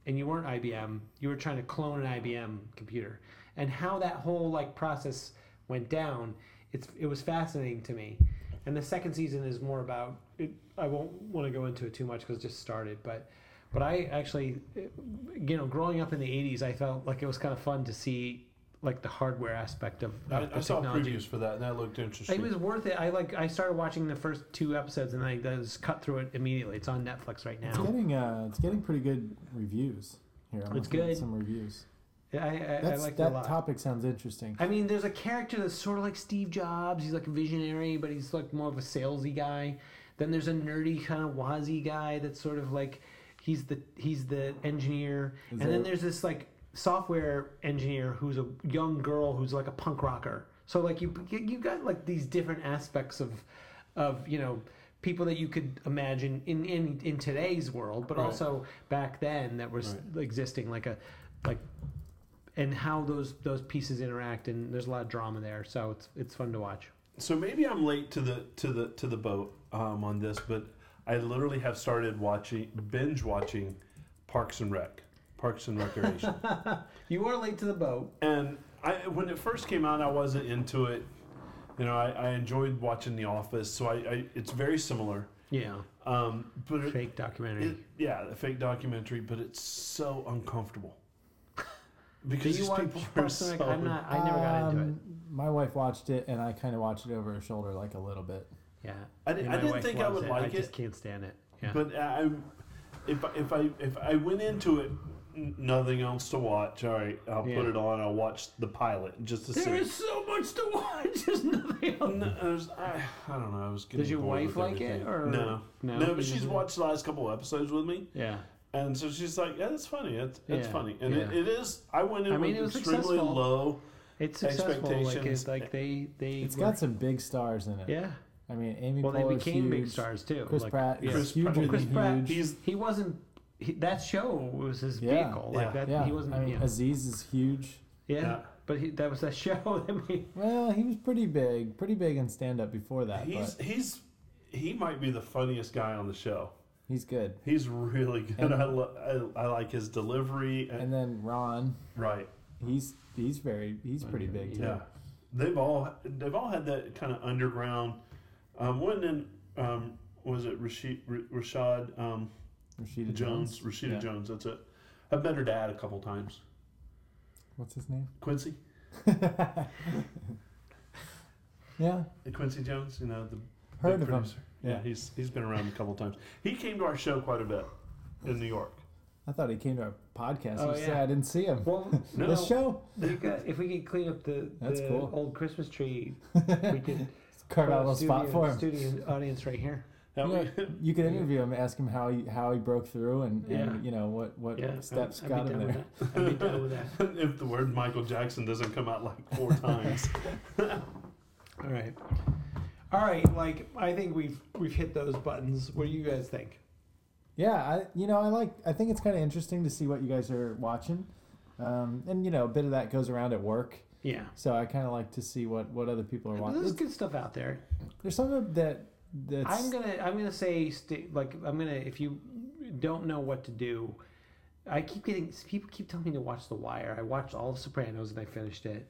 Speaker 1: and you weren't IBM, you were trying to clone an IBM computer. And how that whole like process went down, it's it was fascinating to me. And the second season is more about it, I won't want to go into it too much because it just started, but but I actually, you know, growing up in the '80s, I felt like it was kind of fun to see like the hardware aspect of, of
Speaker 2: I,
Speaker 1: the
Speaker 2: I saw
Speaker 1: technology.
Speaker 2: previews for that, and that looked
Speaker 1: It
Speaker 2: interesting.
Speaker 1: was worth it. I like. I started watching the first two episodes, and I just cut through it immediately. It's on Netflix right
Speaker 3: It's
Speaker 1: now.
Speaker 3: getting uh, it's getting pretty good reviews here. I'm
Speaker 1: It's
Speaker 3: looking at
Speaker 1: good.
Speaker 3: Some reviews.
Speaker 1: I, I, I
Speaker 3: That's,
Speaker 1: like it a
Speaker 3: that
Speaker 1: lot.
Speaker 3: topic sounds interesting.
Speaker 1: I mean, there's a character that's sort of like Steve Jobs. He's like a visionary, but he's like more of a salesy guy. Then there's a nerdy kind of wazy guy that's sort of like he's the he's the engineer. and then
Speaker 3: there-
Speaker 1: there's this like software engineer who's a young girl who's like a punk rocker. So like you you got like these different aspects of of you know people that you could imagine in in in today's world, but
Speaker 2: Right.
Speaker 1: also back then that was existing like a like and how those those pieces interact and there's a lot of drama there so it's it's fun to watch
Speaker 2: so maybe I'm late to the to the to the boat um, on this, but I literally have started watching binge watching Parks and Rec, Parks and Recreation,
Speaker 1: you are late to the boat
Speaker 2: and I when it first came out, I wasn't into it. You know, I, I enjoyed watching The Office, so I, I it's very similar.
Speaker 1: Yeah.
Speaker 2: Um, but it,
Speaker 1: Fake documentary.
Speaker 2: it, yeah, the fake documentary, but it's so uncomfortable
Speaker 1: Do
Speaker 2: because
Speaker 1: you
Speaker 2: these
Speaker 1: watch
Speaker 2: people are
Speaker 1: Parks and Rec?
Speaker 2: so.
Speaker 1: I'm not. I never got into it.
Speaker 3: Um, My wife watched it, and I kind of watched it over her shoulder, like a little bit.
Speaker 1: Yeah.
Speaker 2: I di-
Speaker 1: And
Speaker 2: I
Speaker 1: my
Speaker 2: didn't
Speaker 1: wife
Speaker 2: think I
Speaker 1: loves
Speaker 2: would
Speaker 1: I
Speaker 2: like
Speaker 1: just
Speaker 2: it.
Speaker 1: can't stand it. Yeah.
Speaker 2: But I, if I, if I if I went into it, n- nothing else to watch. All right, I'll put
Speaker 1: Yeah.
Speaker 2: it on. I'll watch the pilot just to see.
Speaker 1: there is so much to watch. There's nothing else.
Speaker 2: No, I, was- I, I don't know. I was. getting
Speaker 1: Does your
Speaker 2: bored
Speaker 1: wife
Speaker 2: with
Speaker 1: like it,
Speaker 2: everything.
Speaker 1: or-
Speaker 2: no?
Speaker 1: No?
Speaker 2: No,
Speaker 1: You
Speaker 2: but she's
Speaker 1: didn't?
Speaker 2: watched the last couple episodes with me,
Speaker 1: Yeah.
Speaker 2: and so she's like, "Yeah, that's funny. It's, it's
Speaker 1: Yeah,
Speaker 2: funny." And it,
Speaker 1: yeah.
Speaker 2: it is. I went in
Speaker 1: I mean, it
Speaker 2: with
Speaker 1: was
Speaker 2: extremely
Speaker 1: successful.
Speaker 2: low.
Speaker 1: It's successful. Like, it's
Speaker 2: Expectations.
Speaker 1: like they they.
Speaker 3: It's
Speaker 1: were-
Speaker 3: got some big stars in it.
Speaker 1: Yeah.
Speaker 3: I mean, Amy
Speaker 1: Well, they
Speaker 3: Poehler's
Speaker 1: became big
Speaker 3: huge.
Speaker 1: stars too.
Speaker 3: Chris
Speaker 1: like,
Speaker 3: Pratt
Speaker 1: yeah.
Speaker 3: is
Speaker 2: Chris
Speaker 3: huger
Speaker 2: Pratt-
Speaker 3: than
Speaker 1: Chris Pratt,
Speaker 3: huge.
Speaker 2: He's
Speaker 1: He wasn't. He, that show was his
Speaker 3: Yeah.
Speaker 1: vehicle.
Speaker 2: Yeah.
Speaker 1: Like that.
Speaker 3: yeah,
Speaker 1: He wasn't.
Speaker 3: I mean,
Speaker 1: yeah.
Speaker 3: Aziz is huge.
Speaker 1: yeah.
Speaker 2: Yeah.
Speaker 1: But he, that was that show. I mean,
Speaker 3: Well, he was pretty big, pretty big in stand up before that,
Speaker 2: he's
Speaker 3: but
Speaker 2: he's he might be the funniest guy on the show.
Speaker 3: he's good.
Speaker 2: He's really good.
Speaker 3: And-
Speaker 2: I, lo- I I like his delivery. And,
Speaker 3: And then Ron,
Speaker 2: right.
Speaker 3: he's he's very he's pretty big too.
Speaker 2: Yeah, they've all they've all had that kind of underground. Um, when in um, was it Rashid, R- Rashad um,
Speaker 3: Rashida
Speaker 2: Jones? Rashida
Speaker 3: Yeah.
Speaker 2: Jones. That's it. I've met her dad a couple times.
Speaker 3: What's his name?
Speaker 2: Quincy,
Speaker 3: yeah,
Speaker 2: Quincy Jones. You know the big
Speaker 3: Heard of him.
Speaker 2: producer. Yeah.
Speaker 3: Yeah.
Speaker 2: he's he's been around a couple times. He came to our show quite a bit in New York.
Speaker 3: I thought he came to our podcast.
Speaker 1: Oh,
Speaker 3: Oh, yeah.
Speaker 1: yeah.
Speaker 3: I didn't see him.
Speaker 1: well,
Speaker 2: No.
Speaker 3: This show,
Speaker 1: we got- if we could clean up the,
Speaker 3: That's
Speaker 1: the
Speaker 3: cool.
Speaker 1: old Christmas tree, we could
Speaker 3: carve
Speaker 1: put
Speaker 3: out a
Speaker 1: a
Speaker 3: little spot
Speaker 1: studio-
Speaker 3: for him.
Speaker 1: Studio audience right here.
Speaker 2: That
Speaker 3: You,
Speaker 2: we-
Speaker 3: know, you could interview him, ask him how he how he broke through, and,
Speaker 1: Yeah.
Speaker 3: and you know what what
Speaker 1: Yeah,
Speaker 3: steps
Speaker 1: I'd,
Speaker 3: got
Speaker 1: I'd be
Speaker 3: him
Speaker 1: down
Speaker 3: there.
Speaker 1: With that. I'd be down with that.
Speaker 2: if the word Michael Jackson doesn't come out like four times,
Speaker 1: All right. All right, like I think we've we've hit those buttons. What do you guys think?
Speaker 3: Yeah, I you know I like I think it's kind of interesting to see what you guys are watching, um, and you know a bit of that goes around at work.
Speaker 1: Yeah.
Speaker 3: So I kind of like to see what what other people are watching.
Speaker 1: There's
Speaker 3: It's-
Speaker 1: good stuff out there.
Speaker 3: There's some of that that's
Speaker 1: I'm gonna I'm gonna say st- like I'm gonna if you don't know what to do, I keep getting people keep telling me to watch The Wire. I watched all of Sopranos and I finished it,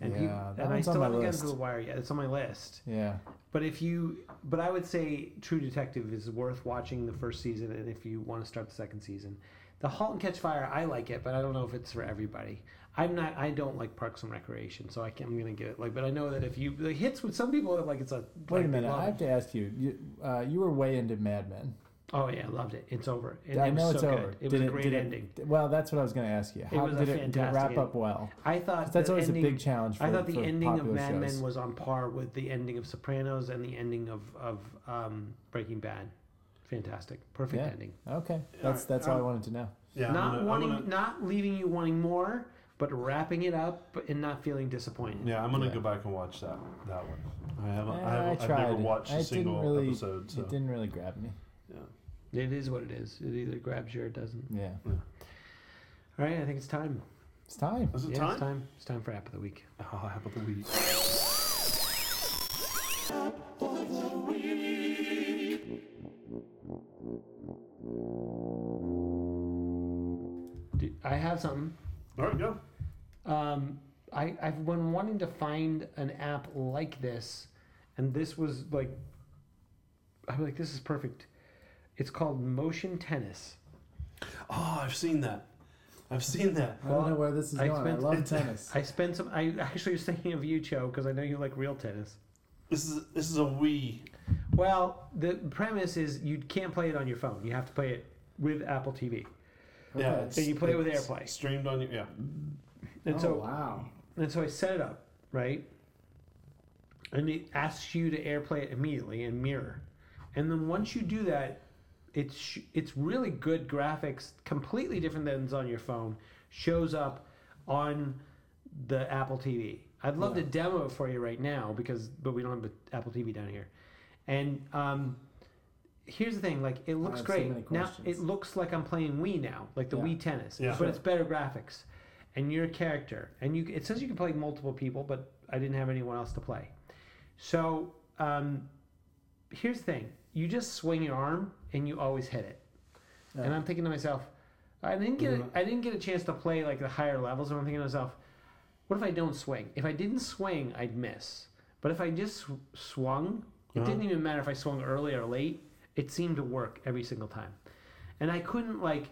Speaker 1: and
Speaker 3: Yeah,
Speaker 1: peop-
Speaker 3: that
Speaker 1: and I
Speaker 3: one's on
Speaker 1: still
Speaker 3: my
Speaker 1: haven't gotten
Speaker 3: list.
Speaker 1: to The Wire yet. It's on my list.
Speaker 3: yeah
Speaker 1: But if you, but I would say True Detective is worth watching the first season, and if you want to start the second season, The Halt and Catch Fire, I like it, but I don't know if it's for everybody. I'm not, I don't like Parks and Recreation, so I can, I'm gonna give it like. But I know that if you, the hits with some people, like it's a.
Speaker 3: Wait
Speaker 1: like,
Speaker 3: a
Speaker 1: they
Speaker 3: minute,
Speaker 1: love
Speaker 3: I
Speaker 1: it.
Speaker 3: have to ask you. You, uh, you were way into Mad Men.
Speaker 1: Oh yeah, I loved it. It's over. It,
Speaker 3: I
Speaker 1: it
Speaker 3: know
Speaker 1: was
Speaker 3: it's
Speaker 1: so
Speaker 3: over.
Speaker 1: Good. It was a great
Speaker 3: did
Speaker 1: ending.
Speaker 3: well, that's what I was going to ask you. How
Speaker 1: was a
Speaker 3: did, it, did it
Speaker 1: fantastic
Speaker 3: wrap up
Speaker 1: ending.
Speaker 3: well?
Speaker 1: I thought
Speaker 3: That's
Speaker 1: the
Speaker 3: always
Speaker 1: ending,
Speaker 3: a big challenge. For,
Speaker 1: I thought the
Speaker 3: for
Speaker 1: ending of
Speaker 3: popular
Speaker 1: Mad Men
Speaker 3: shows.
Speaker 1: was on par with the ending of Sopranos and the ending of of um, Breaking Bad. Fantastic, perfect
Speaker 3: Yeah.
Speaker 1: ending.
Speaker 3: okay. That's
Speaker 2: right,
Speaker 3: that's all I
Speaker 2: um,
Speaker 3: wanted to know.
Speaker 2: yeah, I'm
Speaker 1: not
Speaker 2: gonna- I'm
Speaker 1: wanting,
Speaker 2: gonna-
Speaker 1: not leaving you wanting more, but wrapping it up but- and not feeling disappointed.
Speaker 2: Yeah, I'm gonna
Speaker 3: Yeah.
Speaker 2: go back and watch that that one. I haven't.
Speaker 3: Eh,
Speaker 2: I haven't
Speaker 3: I
Speaker 2: I've never
Speaker 3: tried.
Speaker 2: watched
Speaker 3: I
Speaker 2: a
Speaker 3: didn't
Speaker 2: single
Speaker 3: really-
Speaker 2: episode. So
Speaker 3: It didn't really grab me.
Speaker 2: yeah.
Speaker 1: It is what it is. It either grabs you or it doesn't.
Speaker 3: Yeah,
Speaker 1: All right, I think it's time.
Speaker 3: it's time.
Speaker 2: Is it
Speaker 1: yeah,
Speaker 2: time?
Speaker 1: it's time. It's time for app of the week.
Speaker 2: Oh, how about the week?
Speaker 1: Do, I have something.
Speaker 2: All right, go.
Speaker 1: Um, I, I've been wanting to find an app like this, and this was like, I'm like, this is perfect. It's called Motion Tennis.
Speaker 2: Oh, I've seen that. I've seen that.
Speaker 3: I don't know where this is
Speaker 1: I
Speaker 3: going.
Speaker 1: spent-
Speaker 3: I love tennis.
Speaker 1: I spent some. I actually was thinking of you, Cho, because I know you like real tennis.
Speaker 2: This is this is a Wii.
Speaker 1: Well, the premise is you can't play it on your phone. You have to play it with Apple TV.
Speaker 2: Yeah,
Speaker 3: Okay.
Speaker 2: it's-
Speaker 1: So you play it with
Speaker 2: it's
Speaker 1: AirPlay.
Speaker 2: Streamed on your yeah.
Speaker 1: And
Speaker 3: oh
Speaker 1: so
Speaker 3: wow.
Speaker 1: and so I set it up, right? And it asks you to AirPlay it immediately and mirror. And then once you do that, it's sh- it's really good graphics, completely different than is on your phone, shows up on the Apple TV. I'd love to demo it for you right now because but we don't have the Apple TV down here. And um, here's the thing, like it looks
Speaker 3: have so
Speaker 1: great.
Speaker 3: many
Speaker 1: now
Speaker 3: questions.
Speaker 1: it looks like I'm playing Wii now, like the
Speaker 3: Yeah.
Speaker 1: Wii tennis.
Speaker 2: Yeah.
Speaker 1: But
Speaker 2: Sure.
Speaker 1: it's better graphics. And your character. And you it says you can play multiple people, but I didn't have anyone else to play. So um, here's the thing. You just swing your arm and you always hit it. And I'm thinking to myself, I didn't get
Speaker 2: Mm-hmm.
Speaker 1: a, I didn't get a chance to play like the higher levels, and I'm thinking to myself, what if I don't swing? If I didn't swing,
Speaker 2: Uh-huh.
Speaker 1: I'd miss. But if I just sw- swung, it didn't even matter if I swung early or late. It seemed to work every single time, and I couldn't like.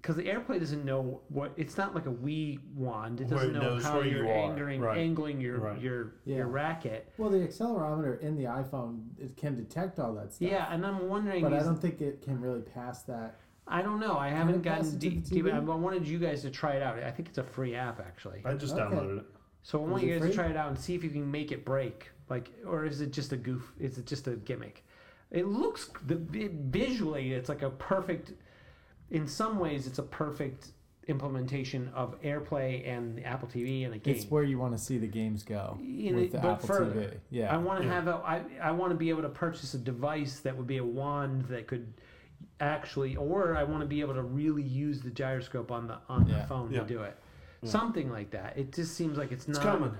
Speaker 1: Because the AirPlay doesn't know what it's not like a Wii wand. It
Speaker 2: Where
Speaker 1: doesn't
Speaker 2: it
Speaker 1: know
Speaker 2: knows
Speaker 1: how
Speaker 2: where
Speaker 1: you're
Speaker 2: you are.
Speaker 1: angering,
Speaker 2: Right.
Speaker 1: angling your
Speaker 2: Right.
Speaker 1: your
Speaker 3: Yeah.
Speaker 1: your racket.
Speaker 3: Well, the accelerometer in the iPhone it can detect all that stuff.
Speaker 1: Yeah, and I'm wondering.
Speaker 3: But I
Speaker 1: is-
Speaker 3: don't think it can really pass that.
Speaker 1: I don't know. I haven't
Speaker 3: it pass
Speaker 1: gotten
Speaker 3: it to
Speaker 1: deep.
Speaker 3: the
Speaker 1: deep
Speaker 3: TV?
Speaker 1: I wanted you guys to try it out. I think it's a free app actually.
Speaker 2: I just
Speaker 3: Okay.
Speaker 2: downloaded it.
Speaker 1: So I want
Speaker 3: Is
Speaker 1: you
Speaker 3: it
Speaker 1: guys to
Speaker 3: free?
Speaker 1: try it out and see if you can make it break. Like, or is it just a goof? Is it just a gimmick? It looks the vi- visually, it's like a perfect. In some ways, it's a perfect implementation of AirPlay and the Apple TV and a game.
Speaker 3: It's where you want to see the games go
Speaker 1: You know,
Speaker 3: with the
Speaker 1: but
Speaker 3: Apple
Speaker 1: further,
Speaker 3: TV. Yeah.
Speaker 1: I want to
Speaker 2: Yeah.
Speaker 1: have a. I I want to be able to purchase a device that would be a wand that could actually, or I want to be able to really use the gyroscope on the on
Speaker 3: Yeah.
Speaker 1: the phone
Speaker 2: Yeah.
Speaker 1: to do it. Something like that. It just seems like it's not.
Speaker 2: It's coming.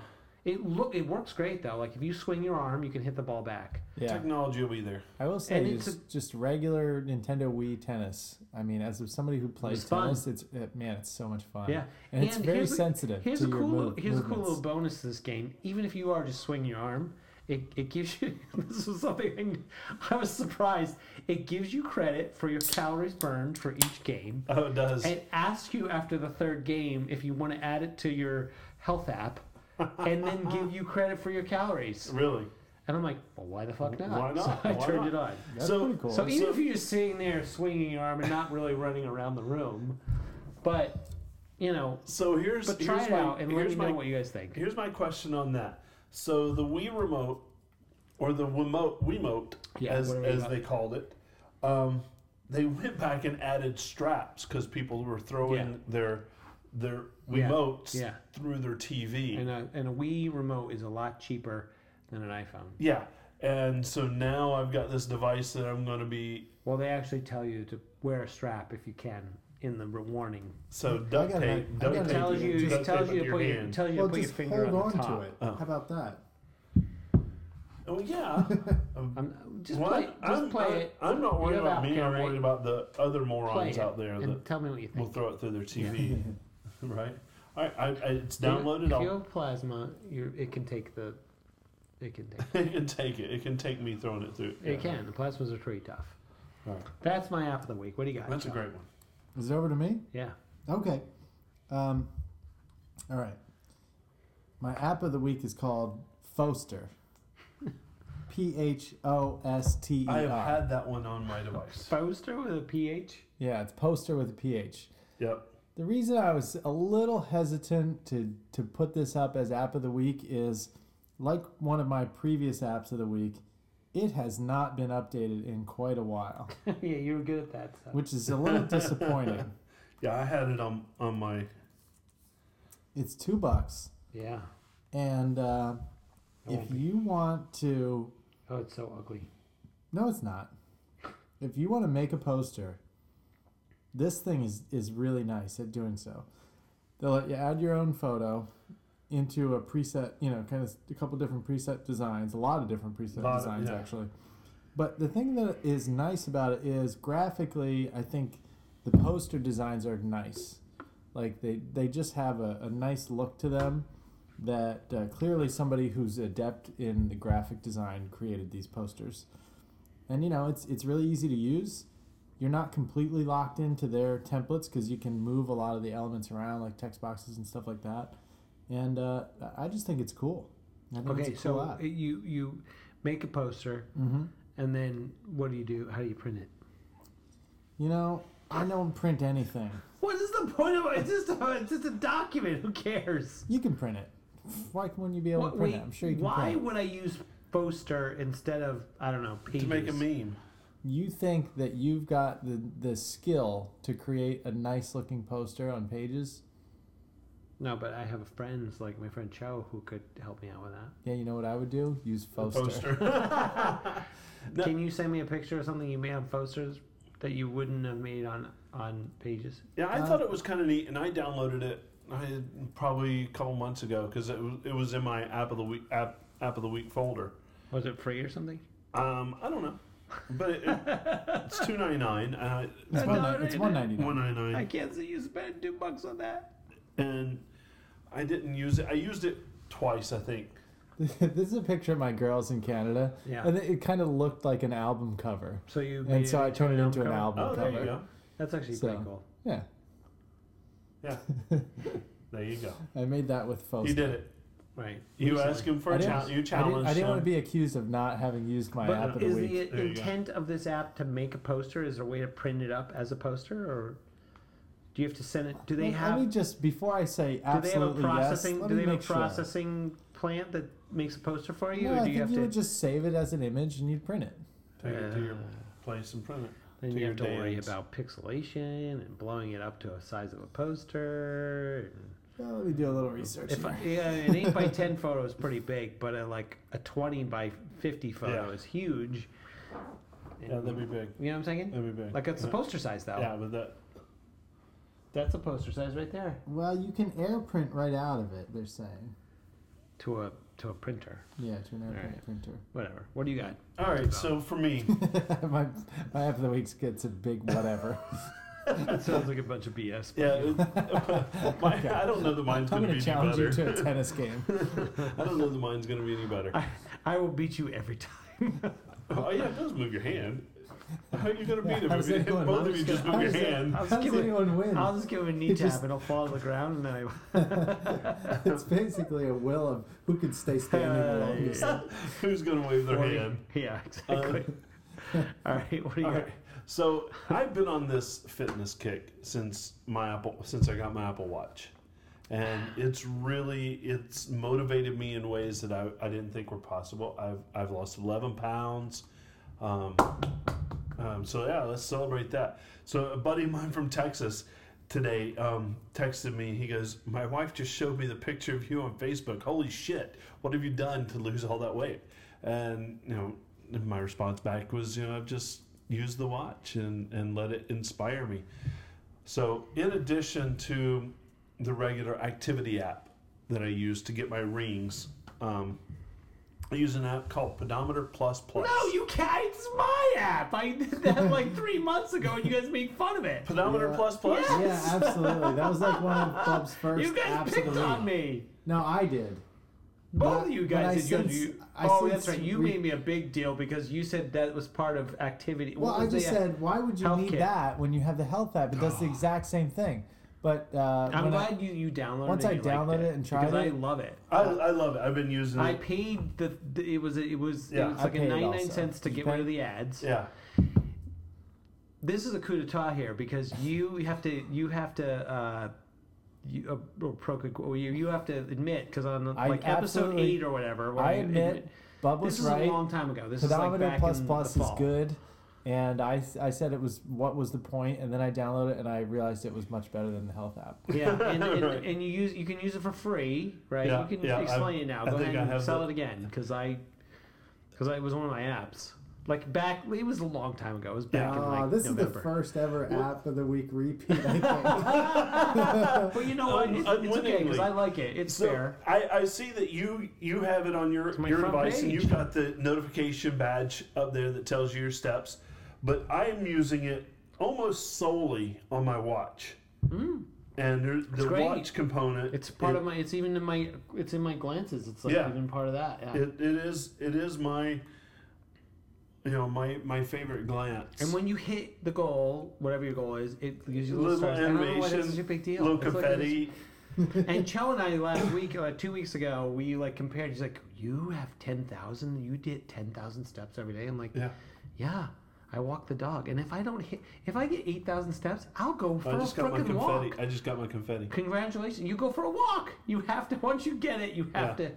Speaker 1: It look it works great though. Like if you swing your arm, you can hit the ball back.
Speaker 3: yeah.
Speaker 2: Technology will be there.
Speaker 3: I will say
Speaker 1: And it's
Speaker 3: just, just regular Nintendo Wii tennis. I mean, as of somebody who plays
Speaker 1: It's fun.
Speaker 3: tennis, it's it, man, it's so much fun.
Speaker 1: Yeah,
Speaker 3: and, it's very
Speaker 1: here's a-
Speaker 3: sensitive
Speaker 1: Here's
Speaker 3: to
Speaker 1: a
Speaker 3: your
Speaker 1: cool
Speaker 3: move,
Speaker 1: here's a cool
Speaker 3: movements.
Speaker 1: little bonus to this game. Even if you are just swinging your arm, it, it gives you this was something I was surprised. It gives you credit for your calories burned for each game.
Speaker 2: Oh, it does.
Speaker 1: and ask you after the third game if you want to add it to your health app and then give you credit for your calories.
Speaker 2: really.
Speaker 1: And I'm like, well, why the fuck not?
Speaker 2: Why not?
Speaker 1: So I
Speaker 2: Why
Speaker 1: turned
Speaker 2: not?
Speaker 1: it on.
Speaker 3: That's
Speaker 2: so-
Speaker 3: pretty cool.
Speaker 1: So even
Speaker 2: So-
Speaker 1: if you're just sitting there swinging your arm and not really running around the room, but, you know,
Speaker 2: So here's
Speaker 1: but
Speaker 2: here's
Speaker 1: try it
Speaker 2: my,
Speaker 1: out and let me
Speaker 2: here's my
Speaker 1: know what you guys think.
Speaker 2: here's my question on that. So the Wii remote, or the Wiimote, Wiimote
Speaker 1: Yeah,
Speaker 2: as
Speaker 1: whatever
Speaker 2: as
Speaker 1: you-
Speaker 2: they called it, um, they went back and added straps because people were throwing
Speaker 1: Yeah.
Speaker 2: their their
Speaker 1: Yeah,
Speaker 2: Wiimotes
Speaker 1: yeah.
Speaker 2: through their TV.
Speaker 1: And a, and a Wii remote is a lot cheaper than an iPhone.
Speaker 2: yeah, and so now I've got this device that I'm going to be
Speaker 1: Well, they actually tell you to wear a strap if you can in the re- warning.
Speaker 2: so duct tape.
Speaker 3: got an- I
Speaker 2: duct
Speaker 3: got
Speaker 1: It
Speaker 3: an
Speaker 2: tape
Speaker 1: tells
Speaker 3: idea.
Speaker 1: you,
Speaker 2: duct
Speaker 1: it
Speaker 2: tape
Speaker 1: tells
Speaker 2: under
Speaker 1: you to
Speaker 2: your
Speaker 1: put your,
Speaker 2: hand.
Speaker 1: tells you
Speaker 3: well,
Speaker 1: to put your
Speaker 3: just
Speaker 1: finger
Speaker 3: hold
Speaker 1: on the top.
Speaker 3: on, to it.
Speaker 2: Oh.
Speaker 3: How about that?
Speaker 2: Oh yeah.
Speaker 1: I'm, just
Speaker 2: Well,
Speaker 1: play, just
Speaker 2: I'm,
Speaker 1: play
Speaker 2: I'm,
Speaker 1: it.
Speaker 2: I'm not worried
Speaker 1: have
Speaker 2: about me.
Speaker 1: Outcam,
Speaker 2: I'm
Speaker 1: right?
Speaker 2: worried about the other
Speaker 1: Play
Speaker 2: morons
Speaker 1: it
Speaker 2: out there that
Speaker 1: and tell me what you
Speaker 2: will
Speaker 1: think.
Speaker 2: throw it through their TV, right? All right, I, I, it's
Speaker 1: If you-
Speaker 2: downloaded.
Speaker 1: If
Speaker 2: I'll,
Speaker 1: you have plasma, you're, it can take the. It can take.
Speaker 2: it can take it. It can take me throwing it through.
Speaker 1: It can. The plasmas are pretty tough.
Speaker 2: All right.
Speaker 1: That's my app of the week. What do you got?
Speaker 2: That's a
Speaker 1: Sean?
Speaker 2: great one.
Speaker 3: Is it over to me?
Speaker 1: Yeah.
Speaker 3: Okay. Um, all right. My app of the week is called Foster. P H O S T E
Speaker 2: I have
Speaker 3: R.
Speaker 2: had that one on my device.
Speaker 1: Poster with a PH.
Speaker 3: Yeah, it's poster with a PH.
Speaker 2: Yep.
Speaker 3: The reason I was a little hesitant to to put this up as app of the week is like one of my previous apps of the week, it has not been updated in quite a while,
Speaker 1: yeah, you were good at that stuff.
Speaker 3: which is a little disappointing.
Speaker 2: Yeah, I had it on on my.
Speaker 3: It's 2 bucks
Speaker 1: Yeah.
Speaker 3: and uh, if
Speaker 2: Oh,
Speaker 1: won't be.
Speaker 3: you want to
Speaker 1: Oh, it's so ugly.
Speaker 3: No, it's not. If you want to make a poster, this thing is, is really nice at doing so. They'll let you add your own photo into a preset, you know, kind of s- a couple different preset designs, a lot of different preset
Speaker 2: Lot of-
Speaker 3: designs
Speaker 2: yeah.
Speaker 3: actually. But the thing that is nice about it is graphically, I think the poster designs are nice. Like they, they just have a, a nice look to them that uh, clearly somebody who's adept in the graphic design created these posters. And you know, it's it's really easy to use. You're not completely locked into their templates because you can move a lot of the elements around, like text boxes and stuff like that. And uh, I just think it's cool. I think
Speaker 1: Okay,
Speaker 3: it's a cool
Speaker 1: so it- you you make a poster,
Speaker 3: hmm
Speaker 1: and then what do you do? How do you print it?
Speaker 3: You know, I don't print anything.
Speaker 1: What is the point of it? It's just a, it's just a document. Who cares?
Speaker 3: You can print it. Why wouldn't you be able
Speaker 1: What-
Speaker 3: to print
Speaker 1: wait,
Speaker 3: it? I'm sure you can
Speaker 1: Why
Speaker 3: print it.
Speaker 1: would I use poster instead of I don't know pages?
Speaker 2: To make a meme.
Speaker 3: You think that you've got the, the skill to create a nice looking poster on pages?
Speaker 1: No, but I have friends like my friend Cho who could help me out with that.
Speaker 3: Yeah, you know what I would do? Use Foster.
Speaker 2: Poster. No.
Speaker 1: Can you send me a picture of something you made on posters that you wouldn't have made on on pages?
Speaker 2: Yeah, I
Speaker 3: Uh,
Speaker 2: thought it was kind of neat, and I downloaded it I, probably a couple months ago because it, was- it was in my app of the week app app of the week folder.
Speaker 1: Was it free or something?
Speaker 2: Um, I don't know, but it, it's two ninety nine. Uh,
Speaker 3: It's,
Speaker 1: I
Speaker 3: one,
Speaker 1: downloaded
Speaker 3: it's
Speaker 1: it.
Speaker 3: 199
Speaker 2: one ninety
Speaker 1: I
Speaker 2: nine,
Speaker 1: can't see you spend two bucks on that.
Speaker 2: and I didn't use it. I used it twice, I think.
Speaker 3: this is a picture of my girls in Canada,
Speaker 1: Yeah.
Speaker 3: and it, it kind of looked like an album cover.
Speaker 1: So you made
Speaker 3: And so I turned it into an
Speaker 1: cover?
Speaker 3: album
Speaker 2: Oh, there
Speaker 3: cover.
Speaker 2: you go.
Speaker 1: That's actually
Speaker 3: So-
Speaker 1: pretty cool.
Speaker 3: Yeah,
Speaker 2: Yeah. there you go.
Speaker 3: I made that with faux.
Speaker 2: You did it.
Speaker 1: Right.
Speaker 2: You
Speaker 1: Recently.
Speaker 2: asked him for
Speaker 3: I
Speaker 2: a
Speaker 3: didn't-
Speaker 2: challenge. You
Speaker 3: I didn't,
Speaker 2: challenged
Speaker 3: I didn't want
Speaker 2: him.
Speaker 3: to be accused of not having used my
Speaker 2: But
Speaker 3: app of the
Speaker 1: Is
Speaker 3: week.
Speaker 1: the
Speaker 2: There you go.
Speaker 1: intent of this app to make a poster? Is there a way to print it up as a poster, or do you have to send it? Do they
Speaker 3: Let-
Speaker 1: have?
Speaker 3: Let me just before I say
Speaker 1: do they have a
Speaker 3: absolutely
Speaker 1: processing?
Speaker 3: yes. Let
Speaker 1: do
Speaker 3: me
Speaker 1: they have a
Speaker 3: make sure.
Speaker 1: processing plant that makes a poster for you, or
Speaker 3: No, I
Speaker 1: do
Speaker 3: think
Speaker 1: you have
Speaker 3: you
Speaker 1: to?
Speaker 3: would just save it as an image and you'd print it.
Speaker 2: Take it to your
Speaker 1: Uh,
Speaker 2: place and print it.
Speaker 1: then
Speaker 2: to
Speaker 1: you have to
Speaker 2: your
Speaker 1: worry
Speaker 2: dance.
Speaker 1: about pixelation and blowing it up to a size of a poster. and-
Speaker 3: Well, let me do a little research.
Speaker 1: If I,
Speaker 3: here.
Speaker 1: yeah, an eight by ten photo is pretty big, but a, like a twenty by fifty photo
Speaker 2: Yeah.
Speaker 1: is huge.
Speaker 2: Yeah, that'd be big.
Speaker 1: You know what I'm saying?
Speaker 2: That'd be big.
Speaker 1: Like it's a
Speaker 2: Yeah.
Speaker 1: poster size though.
Speaker 2: Yeah, but that.
Speaker 1: That's a poster size right there.
Speaker 3: well, you can air print right out of it. They're saying,
Speaker 1: To a to a printer.
Speaker 3: yeah, to an air print
Speaker 1: Alright.
Speaker 3: printer.
Speaker 1: Whatever. What do you got?
Speaker 2: All right, so for me,
Speaker 3: my, my app of the week gets a big whatever.
Speaker 1: That sounds like a bunch of BS.
Speaker 2: yeah, it, my, I don't know that mine's
Speaker 3: I'm
Speaker 2: going to be
Speaker 3: gonna
Speaker 2: any
Speaker 3: challenge
Speaker 2: better.
Speaker 3: you to a tennis game.
Speaker 2: I don't know that mine's going to be any better.
Speaker 1: I, I will beat you every time.
Speaker 2: Oh yeah, it does move your hand. How are you going to
Speaker 3: Yeah,
Speaker 2: beat him
Speaker 3: I
Speaker 2: if
Speaker 3: was
Speaker 2: you,
Speaker 3: thinking,
Speaker 2: both
Speaker 3: I'm
Speaker 2: of you
Speaker 3: just
Speaker 2: just
Speaker 3: gonna-
Speaker 2: move your
Speaker 1: I was-
Speaker 2: hand?
Speaker 1: I'll
Speaker 3: How
Speaker 1: just
Speaker 3: does
Speaker 1: give it.
Speaker 3: anyone win?
Speaker 1: I'll just give him a knee
Speaker 3: He
Speaker 1: tap
Speaker 3: just-
Speaker 1: and he'll fall to the ground and then
Speaker 3: it's basically a will of who can stay standing the
Speaker 1: Uh,
Speaker 3: longest.
Speaker 2: Who's going to wave
Speaker 1: I
Speaker 2: their hand?
Speaker 1: Yeah, exactly. all right, what do you
Speaker 2: Um, All
Speaker 1: got?
Speaker 2: right. So I've been on this fitness kick since my Apple since I got my Apple Watch. And it's really it's motivated me in ways that I, I didn't think were possible. I've I've lost eleven pounds. Um, um, so yeah, let's celebrate that. So a buddy of mine from Texas today um, texted me. He goes, "My wife just showed me the picture of you on Facebook. Holy shit! What have you done to lose all that weight?" And you know, my response back was, "You know, I've just used the watch and and let it inspire me." So in addition to the regular activity app that I use to get my rings. Um, I use an app called Pedometer Plus Plus.
Speaker 1: No, you can't. It's my app. I did that like three months ago, and you guys made fun of it.
Speaker 2: Pedometer
Speaker 3: Yeah.
Speaker 2: Plus Plus.
Speaker 1: Yeah.
Speaker 3: Yeah, absolutely. That was like one of Bob's first
Speaker 1: You guys
Speaker 3: apps
Speaker 1: picked
Speaker 3: of the week.
Speaker 1: on me.
Speaker 3: No, I did.
Speaker 1: Both
Speaker 3: But-
Speaker 1: of you
Speaker 3: but
Speaker 1: guys
Speaker 3: I
Speaker 1: did. you-
Speaker 3: since-
Speaker 1: you,
Speaker 3: I
Speaker 1: oh,
Speaker 3: since
Speaker 1: that's right. You
Speaker 3: re-
Speaker 1: made me a big deal because you said that was part of activity.
Speaker 3: Well,
Speaker 1: What
Speaker 3: I
Speaker 1: was the
Speaker 3: just
Speaker 1: app?
Speaker 3: said, why would you
Speaker 1: Health
Speaker 3: need
Speaker 1: kit.
Speaker 3: that when you have the health app? It does the exact same thing. But uh,
Speaker 1: I'm
Speaker 3: when I-
Speaker 1: glad you, you downloaded
Speaker 3: once
Speaker 1: it.
Speaker 3: I
Speaker 1: and you liked
Speaker 3: downloaded
Speaker 1: it
Speaker 3: it and tried
Speaker 1: because I
Speaker 3: it-
Speaker 1: love it.
Speaker 2: I, I love it. I've been using
Speaker 1: I
Speaker 2: it.
Speaker 1: paid the, the it was it was
Speaker 2: Yeah.
Speaker 1: it was
Speaker 2: I
Speaker 1: like a
Speaker 3: paid
Speaker 1: 99
Speaker 3: also.
Speaker 1: cents to
Speaker 3: Did you
Speaker 1: get rid
Speaker 3: pay?
Speaker 1: of the ads.
Speaker 2: Yeah.
Speaker 1: This is a coup d'état here because you have to you have to uh, you uh, or pro, or you you have to admit because on
Speaker 3: I
Speaker 1: like episode
Speaker 3: absolutely-
Speaker 1: eight or whatever. where
Speaker 3: I
Speaker 1: you
Speaker 3: admit, Bub was
Speaker 1: this is
Speaker 3: right.
Speaker 1: a long time ago. This is like
Speaker 3: Pedometer
Speaker 1: back
Speaker 3: Plus
Speaker 1: in
Speaker 3: Plus
Speaker 1: the
Speaker 3: is
Speaker 1: fall.
Speaker 3: good. And I, I said it was what was the point, and then I downloaded it and I realized it was much better than the health app.
Speaker 1: Yeah, and, and,
Speaker 2: Right.
Speaker 1: and you use you can use it for free, right?
Speaker 2: Yeah,
Speaker 1: you can
Speaker 2: yeah,
Speaker 1: explain
Speaker 2: I-
Speaker 1: it now.
Speaker 2: I
Speaker 1: Go
Speaker 2: think
Speaker 1: ahead
Speaker 2: I
Speaker 1: and
Speaker 2: have
Speaker 1: sell
Speaker 2: the-
Speaker 1: it again because I because it was one of my apps. Like back, it was a long time ago. It was back in
Speaker 3: Ah,
Speaker 1: like
Speaker 3: this is
Speaker 1: November.
Speaker 3: the first ever app of the week repeat. I
Speaker 1: But you know
Speaker 3: Uh,
Speaker 1: what?
Speaker 2: Un-
Speaker 1: It's, it's okay because
Speaker 2: unwittingly.
Speaker 1: I like it. It's
Speaker 2: So
Speaker 1: fair.
Speaker 2: I, I see that you you have it on your
Speaker 1: my
Speaker 2: your
Speaker 1: front
Speaker 2: device and
Speaker 1: page.
Speaker 2: you've got the notification badge up there that tells you your steps, but I'm using it almost solely on my watch. And there, the
Speaker 1: Mm. great.
Speaker 2: watch component
Speaker 1: It's part
Speaker 2: it-
Speaker 1: of my. It's even in my. It's in my glances. It's like
Speaker 2: Yeah.
Speaker 1: even part of that. Yeah.
Speaker 2: it, it is it is my you know my my favorite glance.
Speaker 1: and when you hit the goal, whatever your goal is, it gives you little,
Speaker 2: little
Speaker 1: stars. I don't know why
Speaker 2: animation,
Speaker 1: that's such a big deal.
Speaker 2: little
Speaker 1: It's like it's-
Speaker 2: confetti.
Speaker 1: And Chell and I last week, uh, two weeks ago, we like compared. He's like, "You have ten thousand. You did ten thousand steps every day." I'm like,
Speaker 2: yeah.
Speaker 1: "Yeah, I walk the dog, and if I don't hit, if I get eight thousand steps, I'll go for
Speaker 2: I
Speaker 1: a
Speaker 2: just got my
Speaker 1: freaking
Speaker 2: confetti.
Speaker 1: walk."
Speaker 2: I just got my confetti.
Speaker 1: Congratulations, you go for a walk. You have to once you get it, you have
Speaker 2: Yeah.
Speaker 1: to.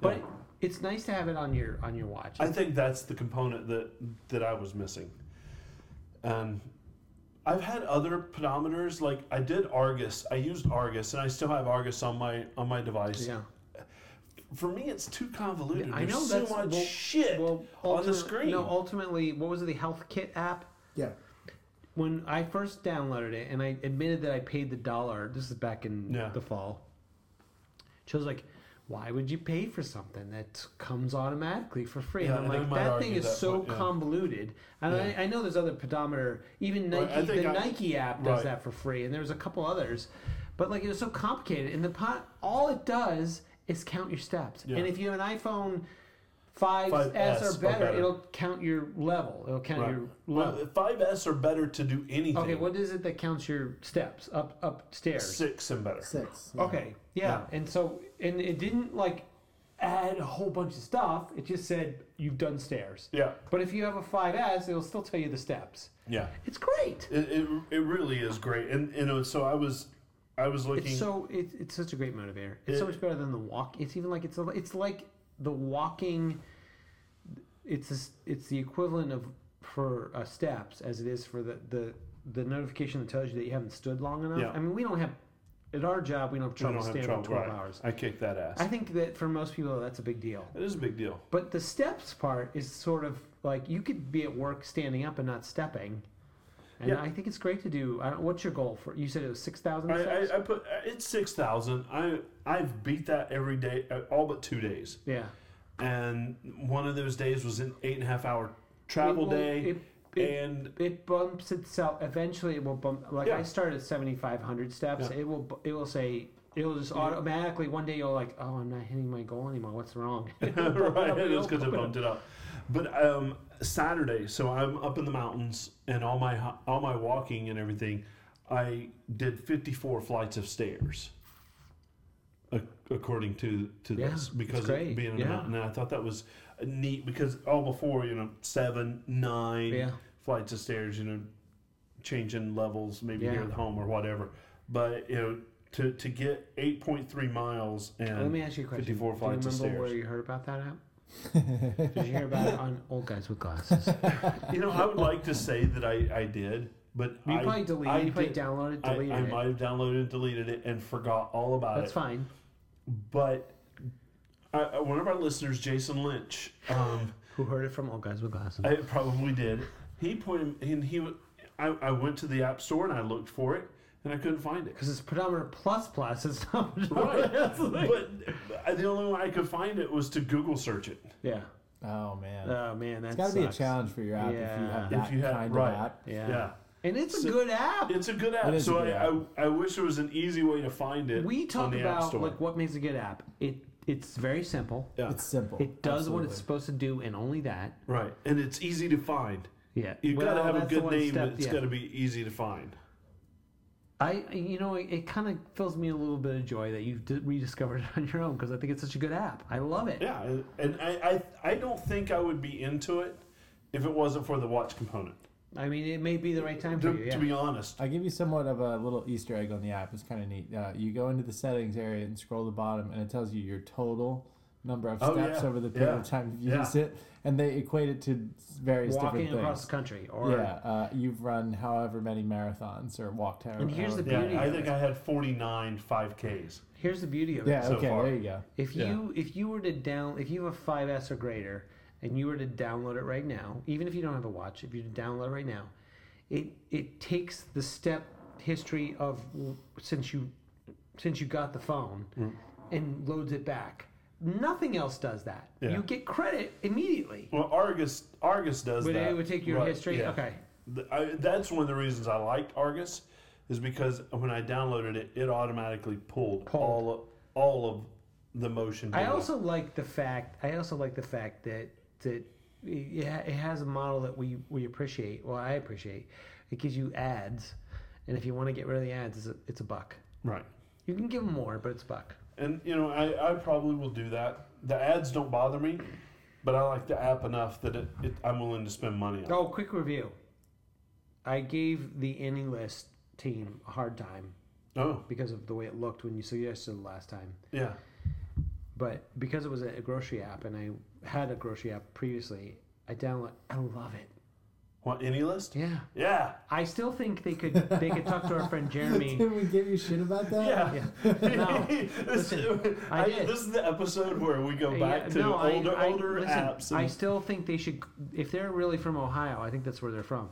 Speaker 1: But
Speaker 2: Yeah.
Speaker 1: it's nice to have it on your on your watch.
Speaker 2: I think that's the component that that I was missing. Um, I've had other pedometers like I did Argus. I used Argus, and I still have Argus on my on my device.
Speaker 1: yeah,
Speaker 2: For me, it's too convoluted.
Speaker 1: I know
Speaker 2: There's
Speaker 1: that's
Speaker 2: so much
Speaker 1: well-
Speaker 2: shit
Speaker 1: well,
Speaker 2: on the
Speaker 1: ultimate-
Speaker 2: screen.
Speaker 1: No, ultimately, what was it, the Health Kit app?
Speaker 3: yeah.
Speaker 1: when I first downloaded it and I admitted that I paid the dollar, this is back in
Speaker 2: Yeah.
Speaker 1: the fall. She was like, "Why would you pay for something that comes automatically for free?"
Speaker 2: Yeah,
Speaker 1: and
Speaker 2: and I
Speaker 1: I'm like,
Speaker 2: might
Speaker 1: "That
Speaker 2: argue
Speaker 1: thing is
Speaker 2: that
Speaker 1: so
Speaker 2: point, yeah.
Speaker 1: convoluted." And I, I know there's other pedometer, even
Speaker 2: Right,
Speaker 1: Nike,
Speaker 2: I think
Speaker 1: the
Speaker 2: I-
Speaker 1: Nike app does
Speaker 2: right.
Speaker 1: that for free, and there's a couple others, but like it was so complicated. And the pot, all it does is count your steps.
Speaker 2: Yeah.
Speaker 1: And if you have an iPhone 5S,
Speaker 2: 5S
Speaker 1: or,
Speaker 2: or
Speaker 1: better,
Speaker 2: better.
Speaker 1: it'll count your level. It'll count
Speaker 2: Right.
Speaker 1: your
Speaker 2: Well,
Speaker 1: level.
Speaker 2: 5S are better to do anything.
Speaker 1: Okay, what is it that counts your steps up upstairs?
Speaker 2: Six and better.
Speaker 3: Six. yeah.
Speaker 1: Okay, yeah. And so, and it didn't like add a whole bunch of stuff. It just said you've done stairs.
Speaker 2: Yeah,
Speaker 1: But if you have a 5S, it'll still tell you the steps.
Speaker 2: yeah.
Speaker 1: It's great.
Speaker 2: It, it, it really is great, and you know. So I was, I was looking.
Speaker 1: It's so it, it's such a great motivator. It's so
Speaker 2: It-
Speaker 1: much better than the walk. It's even like it's a, it's like the walking. It's this it's the equivalent of for uh, steps as it is for the the the notification that tells you that you haven't stood long enough.
Speaker 2: Yeah.
Speaker 1: I mean, we don't have at our job we don't have
Speaker 2: we
Speaker 1: trouble
Speaker 2: don't have
Speaker 1: standing
Speaker 2: trouble.
Speaker 1: twelve
Speaker 2: right.
Speaker 1: hours.
Speaker 2: I kicked that ass.
Speaker 1: I think that for most people that's a big deal.
Speaker 2: it is a big deal.
Speaker 1: But the steps part is sort of like you could be at work standing up and not stepping. And
Speaker 2: Yeah.
Speaker 1: I think it's great to do. I don't, what's your goal for? You said it was six thousand.
Speaker 2: I, I, I put uh, it's six thousand. I I've beat that every day, uh, all but two days.
Speaker 1: yeah.
Speaker 2: And one of those days was an eight and a half hour travel
Speaker 1: It will-
Speaker 2: day,
Speaker 1: it- it-
Speaker 2: and
Speaker 1: it bumps itself eventually it will bump like
Speaker 2: Yeah.
Speaker 1: i started at 7500 steps
Speaker 2: Yeah.
Speaker 1: it will bu- it will say it will just automatically one day you'll like oh i'm not hitting my goal anymore what's wrong
Speaker 2: right, it is
Speaker 1: It'll
Speaker 2: because I
Speaker 1: bump it
Speaker 2: bumped it up. But um, Saturday, so I'm up in the mountains, and all my all my walking and everything, I did 54 flights of stairs. ac- According to to
Speaker 1: Yeah,
Speaker 2: this,
Speaker 1: it's
Speaker 2: because
Speaker 1: great,
Speaker 2: of being in the
Speaker 1: yeah.
Speaker 2: mountain, and I thought that was neat because all before you know seven, nine
Speaker 1: Yeah.
Speaker 2: flights of stairs, you know, changing levels maybe here
Speaker 1: Yeah.
Speaker 2: at home or whatever. But you know, to to get 8.3 miles and
Speaker 1: let me ask you a question
Speaker 2: 54
Speaker 1: do you
Speaker 2: flights
Speaker 1: remember
Speaker 2: of stairs.
Speaker 1: where you heard about that at did you hear about it on old guys with glasses
Speaker 2: You know, I would like to say that I, I did, but
Speaker 1: you
Speaker 2: I,
Speaker 1: probably deleted
Speaker 2: I
Speaker 1: you probably
Speaker 2: did-
Speaker 1: downloaded
Speaker 2: I,
Speaker 1: deleted
Speaker 2: I
Speaker 1: it
Speaker 2: might have downloaded, deleted it, and forgot all about
Speaker 1: that's
Speaker 2: it.
Speaker 1: fine
Speaker 2: But I, I- one of our listeners, Jason Lynch, um,
Speaker 1: who heard it from old guys with glasses
Speaker 2: I probably did. He pointed, and he, I, I went to the app store and I looked for it, and I couldn't find it.
Speaker 1: because it's predominant plus plus it's not
Speaker 2: Right,
Speaker 1: predominant
Speaker 2: but I- the only way I could find it was to Google search it.
Speaker 1: yeah
Speaker 3: Oh man.
Speaker 1: oh man that's
Speaker 3: it's got to be a challenge for your app if you
Speaker 1: Yeah.
Speaker 3: have
Speaker 2: If
Speaker 3: that
Speaker 2: you have-
Speaker 3: kind
Speaker 2: right.
Speaker 3: of app.
Speaker 1: yeah,
Speaker 2: yeah.
Speaker 1: and it's a
Speaker 2: So-
Speaker 1: good app
Speaker 2: It's a good app,
Speaker 3: It is a
Speaker 2: so
Speaker 3: good
Speaker 2: I, I, I wish there was an easy way to find it.
Speaker 1: we
Speaker 2: on
Speaker 1: talk
Speaker 2: the app
Speaker 1: about
Speaker 2: store.
Speaker 1: like what makes a good app. It it's very simple.
Speaker 2: yeah.
Speaker 3: It's simple.
Speaker 1: It does what
Speaker 3: Absolutely.
Speaker 1: it's supposed to do and only that.
Speaker 2: Right, and it's easy to find.
Speaker 1: Yeah,
Speaker 2: You
Speaker 1: Well,
Speaker 2: gotta have a
Speaker 1: that's the
Speaker 2: good
Speaker 1: one
Speaker 2: name.
Speaker 1: step,
Speaker 2: that it's
Speaker 1: yeah.
Speaker 2: gotta be easy to find.
Speaker 1: I you know it, kind of fills me a little bit of joy that you've d- rediscovered it on your own because I think it's such a good app. I love it.
Speaker 2: Yeah, and- and I, I, I don't think I would be into it if it wasn't for the watch component.
Speaker 1: I mean, it may be the right time
Speaker 2: To,
Speaker 1: for you. Yeah.
Speaker 2: to be honest,
Speaker 3: I give you somewhat of a little Easter egg on the app. It's kind of neat. Uh, you go into the settings area and scroll to the bottom, and it tells you your total number of
Speaker 2: Oh,
Speaker 3: steps
Speaker 2: yeah.
Speaker 3: over the period
Speaker 2: Yeah.
Speaker 3: of time you've
Speaker 2: Yeah.
Speaker 3: used it, and they equate it to various
Speaker 1: Walking
Speaker 3: different
Speaker 1: across
Speaker 3: things.
Speaker 1: the country, or
Speaker 3: Yeah, uh, you've run however many marathons or walked however.
Speaker 1: And here's the
Speaker 3: however-
Speaker 2: yeah,
Speaker 1: beauty
Speaker 2: I
Speaker 1: of
Speaker 2: think I had 49 5Ks.
Speaker 1: here's the beauty of it.
Speaker 3: yeah.
Speaker 2: so
Speaker 3: Okay,
Speaker 2: far.
Speaker 3: there you go.
Speaker 1: If you if you were to down if you have a 5S or greater and you were to download it right now, even if you don't have a watch, if you download it right now, it it takes the step history of since you since you got the phone
Speaker 2: Mm.
Speaker 1: and loads it back. Nothing else does that.
Speaker 2: Yeah.
Speaker 1: You get credit immediately.
Speaker 2: Well, Argus Argus does
Speaker 1: But
Speaker 2: that.
Speaker 1: it would take your
Speaker 2: Right,
Speaker 1: history.
Speaker 2: yeah.
Speaker 1: Okay.
Speaker 2: Th- I, that's one of the reasons I liked Argus, is because when I downloaded it, it automatically pulled,
Speaker 1: Pulled.
Speaker 2: all of, all of the motion.
Speaker 1: I
Speaker 2: data.
Speaker 1: also like the fact. I also like the fact that that it, ha- it has a model that we we appreciate. Well, I appreciate. It gives you ads, and if you want to get rid of the ads, it's a, it's a buck.
Speaker 2: right.
Speaker 1: You can give them more, but it's a buck.
Speaker 2: And you know, I, I probably will do that. The ads don't bother me, but I like the app enough that it, it, I'm willing to spend money on. it.
Speaker 1: Oh, quick review. I gave the AnyList team a hard time
Speaker 2: Oh,
Speaker 1: because of the way it looked when you suggested it last time.
Speaker 2: yeah,
Speaker 1: But because it was a grocery app, and I had a grocery app previously, I download. I love it.
Speaker 2: want any list?
Speaker 1: Yeah.
Speaker 2: Yeah,
Speaker 1: I still think they could they could talk to our friend Jeremy.
Speaker 3: Did we give you shit about that?
Speaker 2: yeah.
Speaker 1: Yeah. No,
Speaker 2: this,
Speaker 1: listen, I
Speaker 2: I-
Speaker 1: did.
Speaker 2: this is the episode where we go
Speaker 1: Yeah,
Speaker 2: back to
Speaker 1: no, I-
Speaker 2: older
Speaker 1: I-
Speaker 2: older
Speaker 1: listen,
Speaker 2: apps.
Speaker 1: I
Speaker 2: and-
Speaker 1: still think they should, if they're really from Ohio, I think that's where they're from.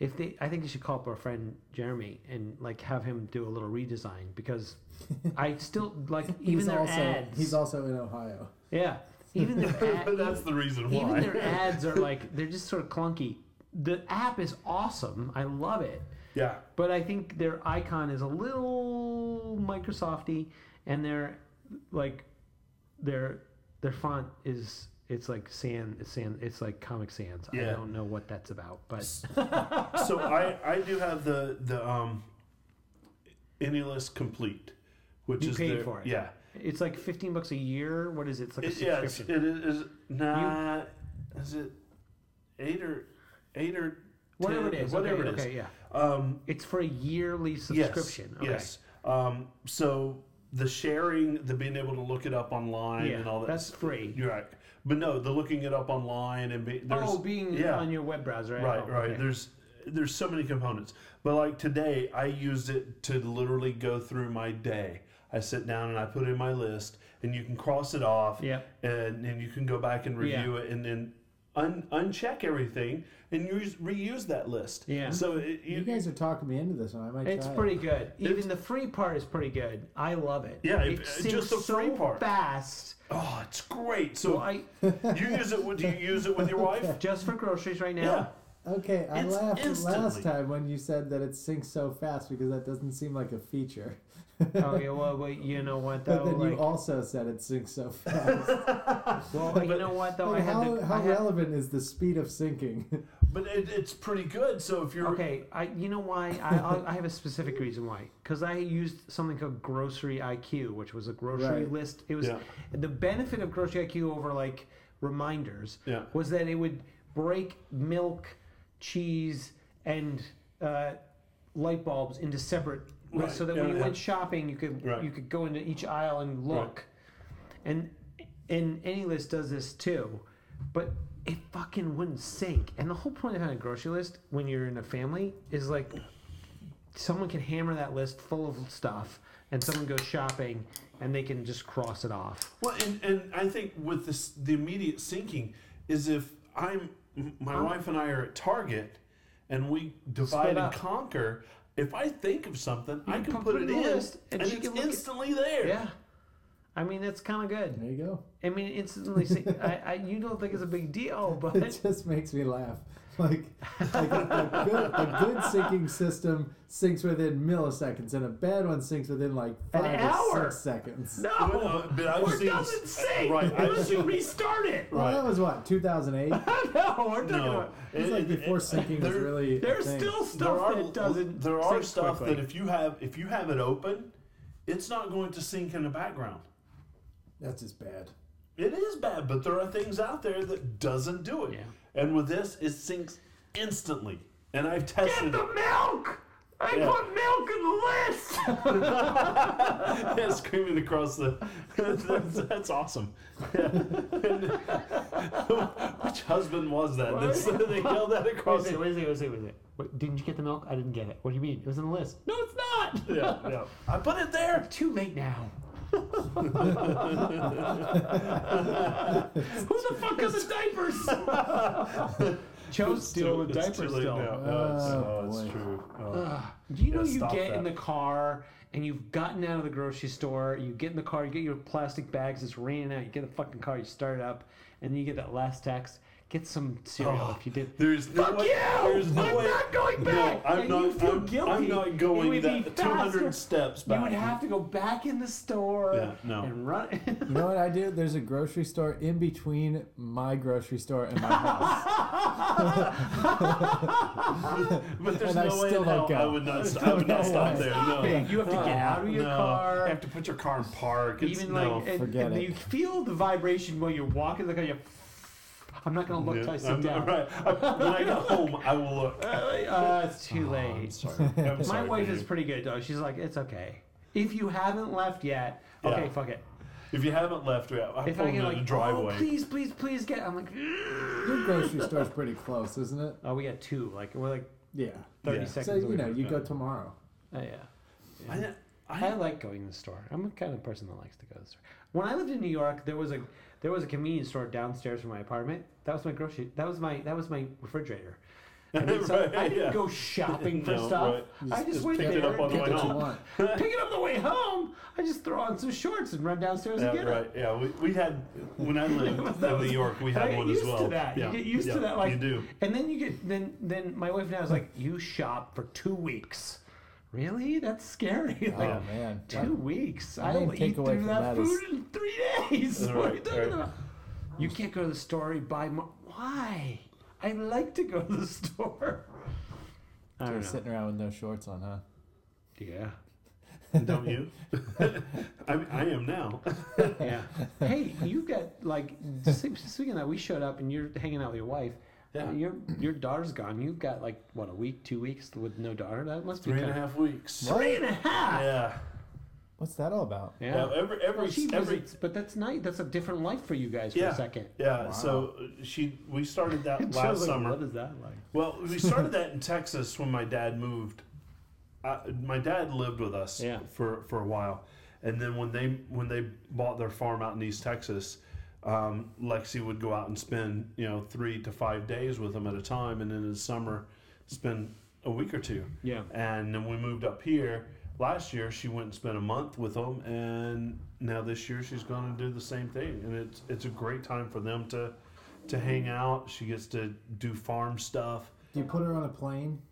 Speaker 1: If they, I think they should call up our friend Jeremy and like have him do a little redesign because I still like even
Speaker 3: he's
Speaker 1: their
Speaker 3: also
Speaker 1: ads.
Speaker 3: he's also in Ohio.
Speaker 1: yeah, even their
Speaker 2: that's
Speaker 1: ad,
Speaker 2: the reason why.
Speaker 1: even their ads are like they're just sort of clunky. The app is awesome. I love it.
Speaker 2: yeah,
Speaker 1: But I think their icon is a little Microsofty, and their like their their font is it's like sand it's sand it's like comic sans i
Speaker 2: Yeah.
Speaker 1: don't know what that's about but
Speaker 2: so I, I do have the the um, AnyList complete, which
Speaker 1: You
Speaker 2: is
Speaker 1: paid
Speaker 2: their-
Speaker 1: for it.
Speaker 2: Yeah,
Speaker 1: it's like 15 bucks a year what is it it's like a
Speaker 2: It- yeah, it's,
Speaker 1: subscription
Speaker 2: it is. is Nah, is it eight or eight or
Speaker 1: whatever
Speaker 2: 10,
Speaker 1: it is
Speaker 2: Whatever
Speaker 1: okay,
Speaker 2: it is.
Speaker 1: okay yeah
Speaker 2: Um,
Speaker 1: it's for a yearly
Speaker 2: yes,
Speaker 1: subscription okay
Speaker 2: Yes. Um, so the sharing, the being able to look it up online
Speaker 1: yeah
Speaker 2: and all that.
Speaker 1: that's free
Speaker 2: You're right. But no, the looking it up online and be, there's
Speaker 1: oh being
Speaker 2: yeah.
Speaker 1: on your web browser right
Speaker 2: right
Speaker 1: Oh,
Speaker 2: right
Speaker 1: okay.
Speaker 2: there's there's so many components but like today i used it to literally go through my day i sit down and i put in my list and you can cross it off
Speaker 1: Yep.
Speaker 2: and then you can go back and review it and then un- uncheck everything and use, reuse that list
Speaker 1: Yeah.
Speaker 2: so it, you,
Speaker 3: You guys are talking me into this, and I might.
Speaker 1: It's
Speaker 3: try it.
Speaker 1: pretty good. Even the free part is pretty good. I love it.
Speaker 2: Yeah,
Speaker 1: it,
Speaker 2: it-
Speaker 1: syncs
Speaker 2: just the free
Speaker 1: so
Speaker 2: part.
Speaker 1: fast.
Speaker 2: oh it's great so
Speaker 1: Well, I
Speaker 2: you use it with do you use it with your wife
Speaker 1: just for groceries right
Speaker 2: yeah
Speaker 1: now.
Speaker 3: Okay, I
Speaker 2: It's
Speaker 3: laughed last
Speaker 2: instantly.
Speaker 3: time when you said that it sinks so fast because that doesn't seem like a feature.
Speaker 1: Oh yeah. Well, but you know what though?
Speaker 3: But then
Speaker 1: like,
Speaker 3: you also said it sinks so fast.
Speaker 1: well, you know what though? I
Speaker 3: Like,
Speaker 1: had
Speaker 3: how
Speaker 1: to.
Speaker 3: how
Speaker 1: I had-
Speaker 3: relevant is the speed of sinking?
Speaker 2: but it, it's pretty good so if you're
Speaker 1: okay. I you know why? I I'll- I have a specific reason why. Because I used something called Grocery IQ, which was a grocery
Speaker 3: Right.
Speaker 1: list. It was
Speaker 2: Yeah.
Speaker 1: the benefit of Grocery IQ over like reminders
Speaker 2: Yeah.
Speaker 1: was that it would break milk, cheese, and uh, light bulbs into separate,
Speaker 2: Right.
Speaker 1: so that
Speaker 2: Yeah,
Speaker 1: when you
Speaker 2: yeah.
Speaker 1: went shopping, you could
Speaker 2: Right.
Speaker 1: you could go into each aisle and look, and and any list does this too, but it fucking wouldn't sync. And the whole point of having a grocery list when you're in a family is like someone can hammer that list full of stuff, and someone goes shopping, and they can just cross it off.
Speaker 2: Well, and, and I think with this, the immediate sinking is if I'm m- my
Speaker 1: Mm.
Speaker 2: wife and I are at Target, and we divide and
Speaker 1: up.
Speaker 2: conquer. If I think of something, I can
Speaker 1: can
Speaker 2: put it in,
Speaker 1: list,
Speaker 2: and,
Speaker 1: and she
Speaker 2: it's
Speaker 1: can look at-
Speaker 2: instantly there.
Speaker 1: Yeah, I mean that's kind of good.
Speaker 3: There you go.
Speaker 1: I mean, instantly. See, I, I, you don't think it's a big deal,
Speaker 3: It
Speaker 1: but
Speaker 3: just makes me laugh. Like, like a, a, good, a good sinking system sinks within milliseconds, and a bad one sinks within like
Speaker 1: An
Speaker 3: five or
Speaker 1: hour.
Speaker 3: six seconds.
Speaker 1: no,
Speaker 2: But, uh, but I've
Speaker 1: or it
Speaker 2: seen-
Speaker 1: doesn't sync.
Speaker 2: uh, right, I've
Speaker 1: unless you
Speaker 2: seen-
Speaker 1: restart it.
Speaker 3: Well,
Speaker 2: Right.
Speaker 3: that was what 2008.
Speaker 1: No, we're talking
Speaker 2: No,
Speaker 1: about.
Speaker 3: It's
Speaker 2: It-
Speaker 3: like
Speaker 2: it-
Speaker 3: before
Speaker 2: it-
Speaker 3: sinking was
Speaker 2: there-
Speaker 3: really. a
Speaker 1: There's
Speaker 3: thing.
Speaker 1: still
Speaker 2: there
Speaker 1: stuff
Speaker 2: are-
Speaker 1: that doesn't.
Speaker 2: There are
Speaker 1: sync
Speaker 2: stuff
Speaker 1: quickly.
Speaker 2: that if you have if you have it open, it's not going to sink in the background.
Speaker 3: That's just bad.
Speaker 2: It is bad, but there are things out there that doesn't do it.
Speaker 1: Yeah.
Speaker 2: And with this, it sinks instantly. And I've tested it.
Speaker 1: milk. I
Speaker 2: Yeah.
Speaker 1: put milk in the list.
Speaker 2: Yeah, screaming across the. That's, that's awesome. Yeah. Which husband was that? That's, they yelled that
Speaker 1: wait, a
Speaker 2: across.
Speaker 1: second,
Speaker 2: the-
Speaker 1: wait, a second, wait, a second, wait, a second. Wait, didn't you get the milk? I didn't get it. What do you mean? It was in the list. No, it's not.
Speaker 2: Yeah, yeah. I put it there.
Speaker 1: Too late now. Who the fuck are the diapers? Joe's still with
Speaker 2: It's
Speaker 1: diapers
Speaker 2: too late
Speaker 1: still.
Speaker 2: now. No, it's,
Speaker 3: Oh,
Speaker 2: no, it's
Speaker 3: boy.
Speaker 2: true. No.
Speaker 1: Do you know
Speaker 2: Yeah,
Speaker 1: you
Speaker 2: stop
Speaker 1: get
Speaker 2: that.
Speaker 1: in the car and you've gotten out of the grocery store, you get in the car, you get your plastic bags, it's raining out, you get in the fucking car, you start it up, and then you get that last text. Get some cereal
Speaker 2: Oh,
Speaker 1: if you did.
Speaker 2: There's no way. There's no
Speaker 1: I'm
Speaker 2: way.
Speaker 1: not going
Speaker 2: No,
Speaker 1: back.
Speaker 2: I'm
Speaker 1: and
Speaker 2: not.
Speaker 1: You feel
Speaker 2: I'm,
Speaker 1: guilty.
Speaker 2: I'm not
Speaker 1: It
Speaker 2: going
Speaker 1: would be
Speaker 2: that 200
Speaker 1: faster.
Speaker 2: steps back.
Speaker 1: You would have to go back in the store
Speaker 2: Yeah, no.
Speaker 1: and run.
Speaker 3: You know what I do? There's a grocery store in between my grocery store and my house.
Speaker 2: but there's
Speaker 3: and I
Speaker 2: no way
Speaker 3: still
Speaker 2: in hell
Speaker 3: don't
Speaker 2: I
Speaker 3: go.
Speaker 2: would not. st- I would not stop there. No.
Speaker 1: you have to get out of your
Speaker 2: no.
Speaker 1: car.
Speaker 2: You have to put your car in park. It's,
Speaker 1: even
Speaker 2: no.
Speaker 1: like and,
Speaker 3: forget
Speaker 1: and
Speaker 3: it.
Speaker 1: you feel the vibration while you're walking like you I'm not gonna look
Speaker 2: Yeah,
Speaker 1: till I sit
Speaker 2: I'm-
Speaker 1: down.
Speaker 2: Right. I- when I get home, I will look.
Speaker 1: Uh, it's too late.
Speaker 2: I'm sorry. Oh, I'm
Speaker 1: My
Speaker 2: sorry,
Speaker 1: wife
Speaker 2: baby.
Speaker 1: is pretty good though. She's like, it's okay. If you haven't left yet, okay,
Speaker 2: Yeah.
Speaker 1: fuck it.
Speaker 2: If you haven't left, yeah, I'm
Speaker 1: If I
Speaker 2: pulling
Speaker 1: get
Speaker 2: in
Speaker 1: like,
Speaker 2: the
Speaker 1: oh,
Speaker 2: driveway.
Speaker 1: please, please, please get. I'm like,
Speaker 3: Your grocery store's pretty close, isn't it?
Speaker 1: oh, we got two. Like we're like
Speaker 3: Yeah.
Speaker 1: 30
Speaker 2: Yeah. So,
Speaker 1: seconds.
Speaker 3: So you
Speaker 1: away
Speaker 3: know,
Speaker 1: from-
Speaker 3: you go tomorrow.
Speaker 1: Oh, yeah.
Speaker 2: I,
Speaker 1: I
Speaker 2: I,
Speaker 1: like going to the store. I'm the kind of person that likes to go to the store. When I lived in New York, there was a there was a convenience store downstairs from my apartment. That was my grocery. That was my that was my refrigerator. I mean, so
Speaker 2: Right,
Speaker 1: I didn't
Speaker 2: yeah.
Speaker 1: go shopping for
Speaker 2: No,
Speaker 1: stuff.
Speaker 2: right.
Speaker 1: I just,
Speaker 2: just
Speaker 1: went
Speaker 2: picked
Speaker 1: there.
Speaker 2: it up on the
Speaker 3: Get
Speaker 1: picked it
Speaker 2: way
Speaker 3: what you
Speaker 2: home.
Speaker 3: want.
Speaker 1: up- pick it up the way home. I just throw on some shorts and run downstairs
Speaker 2: yeah,
Speaker 1: and get it.
Speaker 2: right. Yeah, we, we had when I lived in New York, we
Speaker 1: And I
Speaker 2: had
Speaker 1: get
Speaker 2: one as
Speaker 1: used
Speaker 2: well.
Speaker 1: to that. You
Speaker 2: Yeah,
Speaker 1: get used
Speaker 2: yeah,
Speaker 1: to that. Like
Speaker 2: you do.
Speaker 1: And then you get then then my wife now is like, you shop for two weeks. really? That's scary.
Speaker 3: Oh
Speaker 1: Like,
Speaker 3: man,
Speaker 1: Two weeks.
Speaker 3: my
Speaker 1: I will
Speaker 3: main
Speaker 1: eat
Speaker 3: takeaway
Speaker 1: through
Speaker 3: from
Speaker 1: that,
Speaker 3: that is-
Speaker 1: food in three days. what are you
Speaker 2: Right,
Speaker 1: talking
Speaker 2: right.
Speaker 1: about? You can't go to the store. You buy more. Why? I like to go to the store. I
Speaker 3: You're
Speaker 1: don't know.
Speaker 3: sitting around with no shorts on, huh?
Speaker 1: Yeah.
Speaker 2: Don't you? I, mean, I am now.
Speaker 1: Yeah. hey, you got like se- speaking of that we showed up and you're hanging out with your wife. Uh,
Speaker 2: Yeah.
Speaker 1: Your your daughter's gone. You've got like what a week, two weeks with no daughter. That must be
Speaker 2: Three and a
Speaker 1: kinda-
Speaker 2: half weeks.
Speaker 1: Three and a half.
Speaker 2: Yeah.
Speaker 3: What's that all about?
Speaker 1: Yeah.
Speaker 2: Well, every every
Speaker 1: Well, she
Speaker 2: every
Speaker 1: visits, but that's nice. That's a different life for you guys for
Speaker 2: yeah
Speaker 1: a second.
Speaker 2: yeah. So uh, she we started that
Speaker 1: Joe's
Speaker 2: last
Speaker 1: like,
Speaker 2: summer.
Speaker 1: What is that like?
Speaker 2: Well, we started that in Texas when my dad moved. I, my dad lived with us
Speaker 1: Yeah.
Speaker 2: for, for a while, and then when they when they bought their farm out in East Texas, um, Lexi would go out and spend you know three to five days with them at a time, and then in the summer, spend a week or two.
Speaker 1: Yeah.
Speaker 2: And then we moved up here last year. She went and spent a month with them, and now this year she's going to do the same thing. And it's it's a great time for them to to hang out. She gets to do farm stuff.
Speaker 3: Do you put her on a plane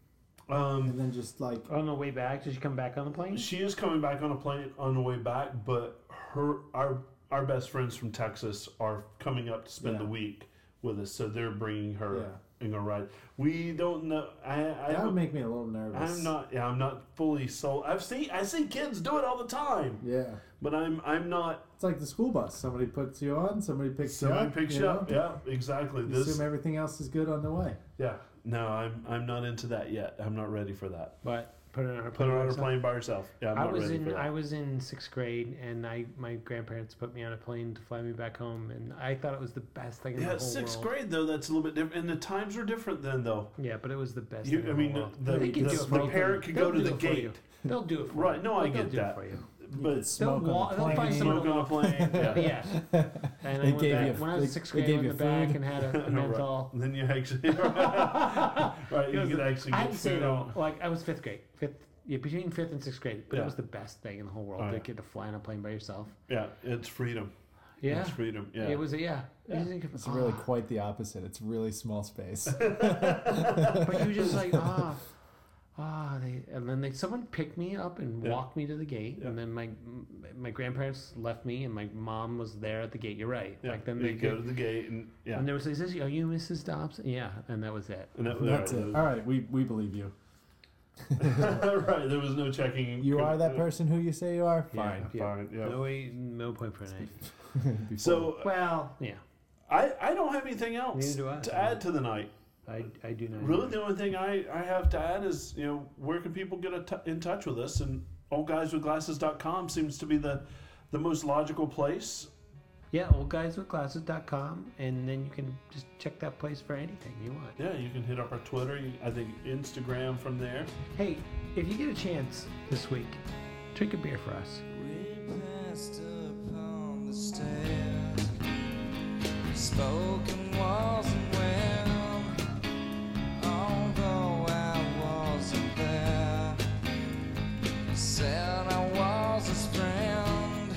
Speaker 2: Um,
Speaker 3: and then just like
Speaker 2: Uh,
Speaker 1: On the way back, did she come back on the plane?
Speaker 2: she is coming back on a plane on the way back, but her our our best friends from Texas are coming up to spend
Speaker 3: Yeah.
Speaker 2: the week with us, so they're bringing her
Speaker 3: Yeah.
Speaker 2: and gonna ride. We don't know. I, I
Speaker 3: that would
Speaker 2: haven't-
Speaker 3: make me a little nervous?
Speaker 2: I'm not. Yeah, I'm not fully sold. I've seen. I see kids do it all the time,
Speaker 3: Yeah,
Speaker 2: but I'm. I'm not.
Speaker 3: it's like the school bus. Somebody puts you on, somebody picks
Speaker 2: Somebody
Speaker 3: you up.
Speaker 2: picks
Speaker 3: you
Speaker 2: you up.
Speaker 3: know?
Speaker 2: Yeah, exactly.
Speaker 3: You
Speaker 2: This.
Speaker 3: Assume everything else is good on the way.
Speaker 2: Yeah. No, I'm. I'm not into that yet. I'm not ready for that.
Speaker 1: But put her on her
Speaker 2: Put
Speaker 1: plane.
Speaker 2: her
Speaker 1: by
Speaker 2: on a
Speaker 1: herself.
Speaker 2: plane by herself. Yeah, I'm
Speaker 1: I
Speaker 2: not
Speaker 1: was
Speaker 2: ready for
Speaker 1: in
Speaker 2: that.
Speaker 1: I was in sixth grade, and I my grandparents put me on a plane to fly me back home, and I thought it was the best thing in the
Speaker 2: Yeah,
Speaker 1: whole
Speaker 2: sixth
Speaker 1: world.
Speaker 2: grade though. That's a little bit different, and the times are different then though.
Speaker 1: Yeah, but it was the best.
Speaker 2: You,
Speaker 1: thing
Speaker 2: I
Speaker 1: in
Speaker 2: mean,
Speaker 1: the,
Speaker 2: the,
Speaker 1: world.
Speaker 2: the,
Speaker 1: They could do it
Speaker 2: the,
Speaker 1: for you.
Speaker 2: parent could go
Speaker 1: They'll
Speaker 2: to
Speaker 1: do
Speaker 2: the
Speaker 1: it for you.
Speaker 2: gate,
Speaker 1: They'll do it for
Speaker 2: Right,
Speaker 1: you.
Speaker 2: no, I
Speaker 1: They'll
Speaker 2: get
Speaker 1: do it
Speaker 2: that.
Speaker 1: for you.
Speaker 3: You could
Speaker 2: but
Speaker 3: smoke
Speaker 1: wa-
Speaker 3: on
Speaker 1: they'll
Speaker 3: the
Speaker 1: find
Speaker 3: plane.
Speaker 1: some-
Speaker 2: smoke on a plane.
Speaker 1: But
Speaker 2: Yeah.
Speaker 1: yeah. And I went
Speaker 3: gave
Speaker 1: back,
Speaker 3: you-
Speaker 1: when I was
Speaker 3: they-
Speaker 1: sixth
Speaker 3: they
Speaker 1: grade, I
Speaker 3: gave
Speaker 1: went
Speaker 3: you
Speaker 1: back
Speaker 3: food.
Speaker 1: and had a
Speaker 2: right.
Speaker 1: menthol.
Speaker 2: Then you actually right. You could actually
Speaker 1: I
Speaker 2: get
Speaker 1: had to say
Speaker 2: food
Speaker 1: though,
Speaker 2: on.
Speaker 1: like I was fifth grade, fifth yeah, between fifth and sixth grade, but
Speaker 2: Yeah.
Speaker 1: it was the best thing in the whole world
Speaker 2: Oh,
Speaker 1: to
Speaker 2: yeah.
Speaker 1: get to fly on a plane by yourself.
Speaker 2: Yeah, it's freedom.
Speaker 1: Yeah,
Speaker 2: It's freedom. Yeah.
Speaker 1: it was a, yeah. You think of-
Speaker 3: It's really
Speaker 1: ah.
Speaker 3: quite the opposite. It's really small space.
Speaker 1: But you were just like, ah, ah, they, and then they, someone picked me up and
Speaker 2: Yeah.
Speaker 1: walked me to the gate,
Speaker 2: Yeah.
Speaker 1: and then my my grandparents left me, and my mom was there at the gate. You're right.
Speaker 2: yeah.
Speaker 1: Like then
Speaker 2: you
Speaker 1: they
Speaker 2: go
Speaker 1: go,
Speaker 2: to the gate and yeah.
Speaker 1: and there was like, "Is this- are you Mrs. Dobbs? Yeah, and that was it.
Speaker 2: And that,
Speaker 3: That's
Speaker 2: right,
Speaker 3: it. All right, we, we believe you.
Speaker 2: right. There was no checking.
Speaker 3: You are that person who you say you are.
Speaker 1: Yeah.
Speaker 3: Fine.
Speaker 2: Fine. Yeah.
Speaker 1: No, wait, no point for an A.
Speaker 3: Before-
Speaker 2: So
Speaker 1: Well, yeah,
Speaker 2: I, I don't have anything else
Speaker 1: Neither do I. Mm-hmm.
Speaker 2: to add to the night.
Speaker 1: I, I do not.
Speaker 2: Really, the only thing I, I have to add is, you know, where can people get a t- in touch with us? And oldguyswithglasses.com seems to be the, the most logical place.
Speaker 1: Yeah, oldguyswithglasses.com, and then you can just check that place for anything you want.
Speaker 2: Yeah, you can hit up our Twitter, you, I think Instagram from there.
Speaker 1: Hey, if you get a chance this week, drink a beer for us.
Speaker 4: We passed upon the stairs, spoken wasn't well, although I wasn't there. Said I was his friend,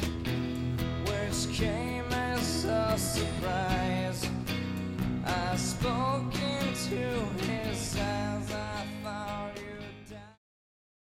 Speaker 4: which came as a surprise.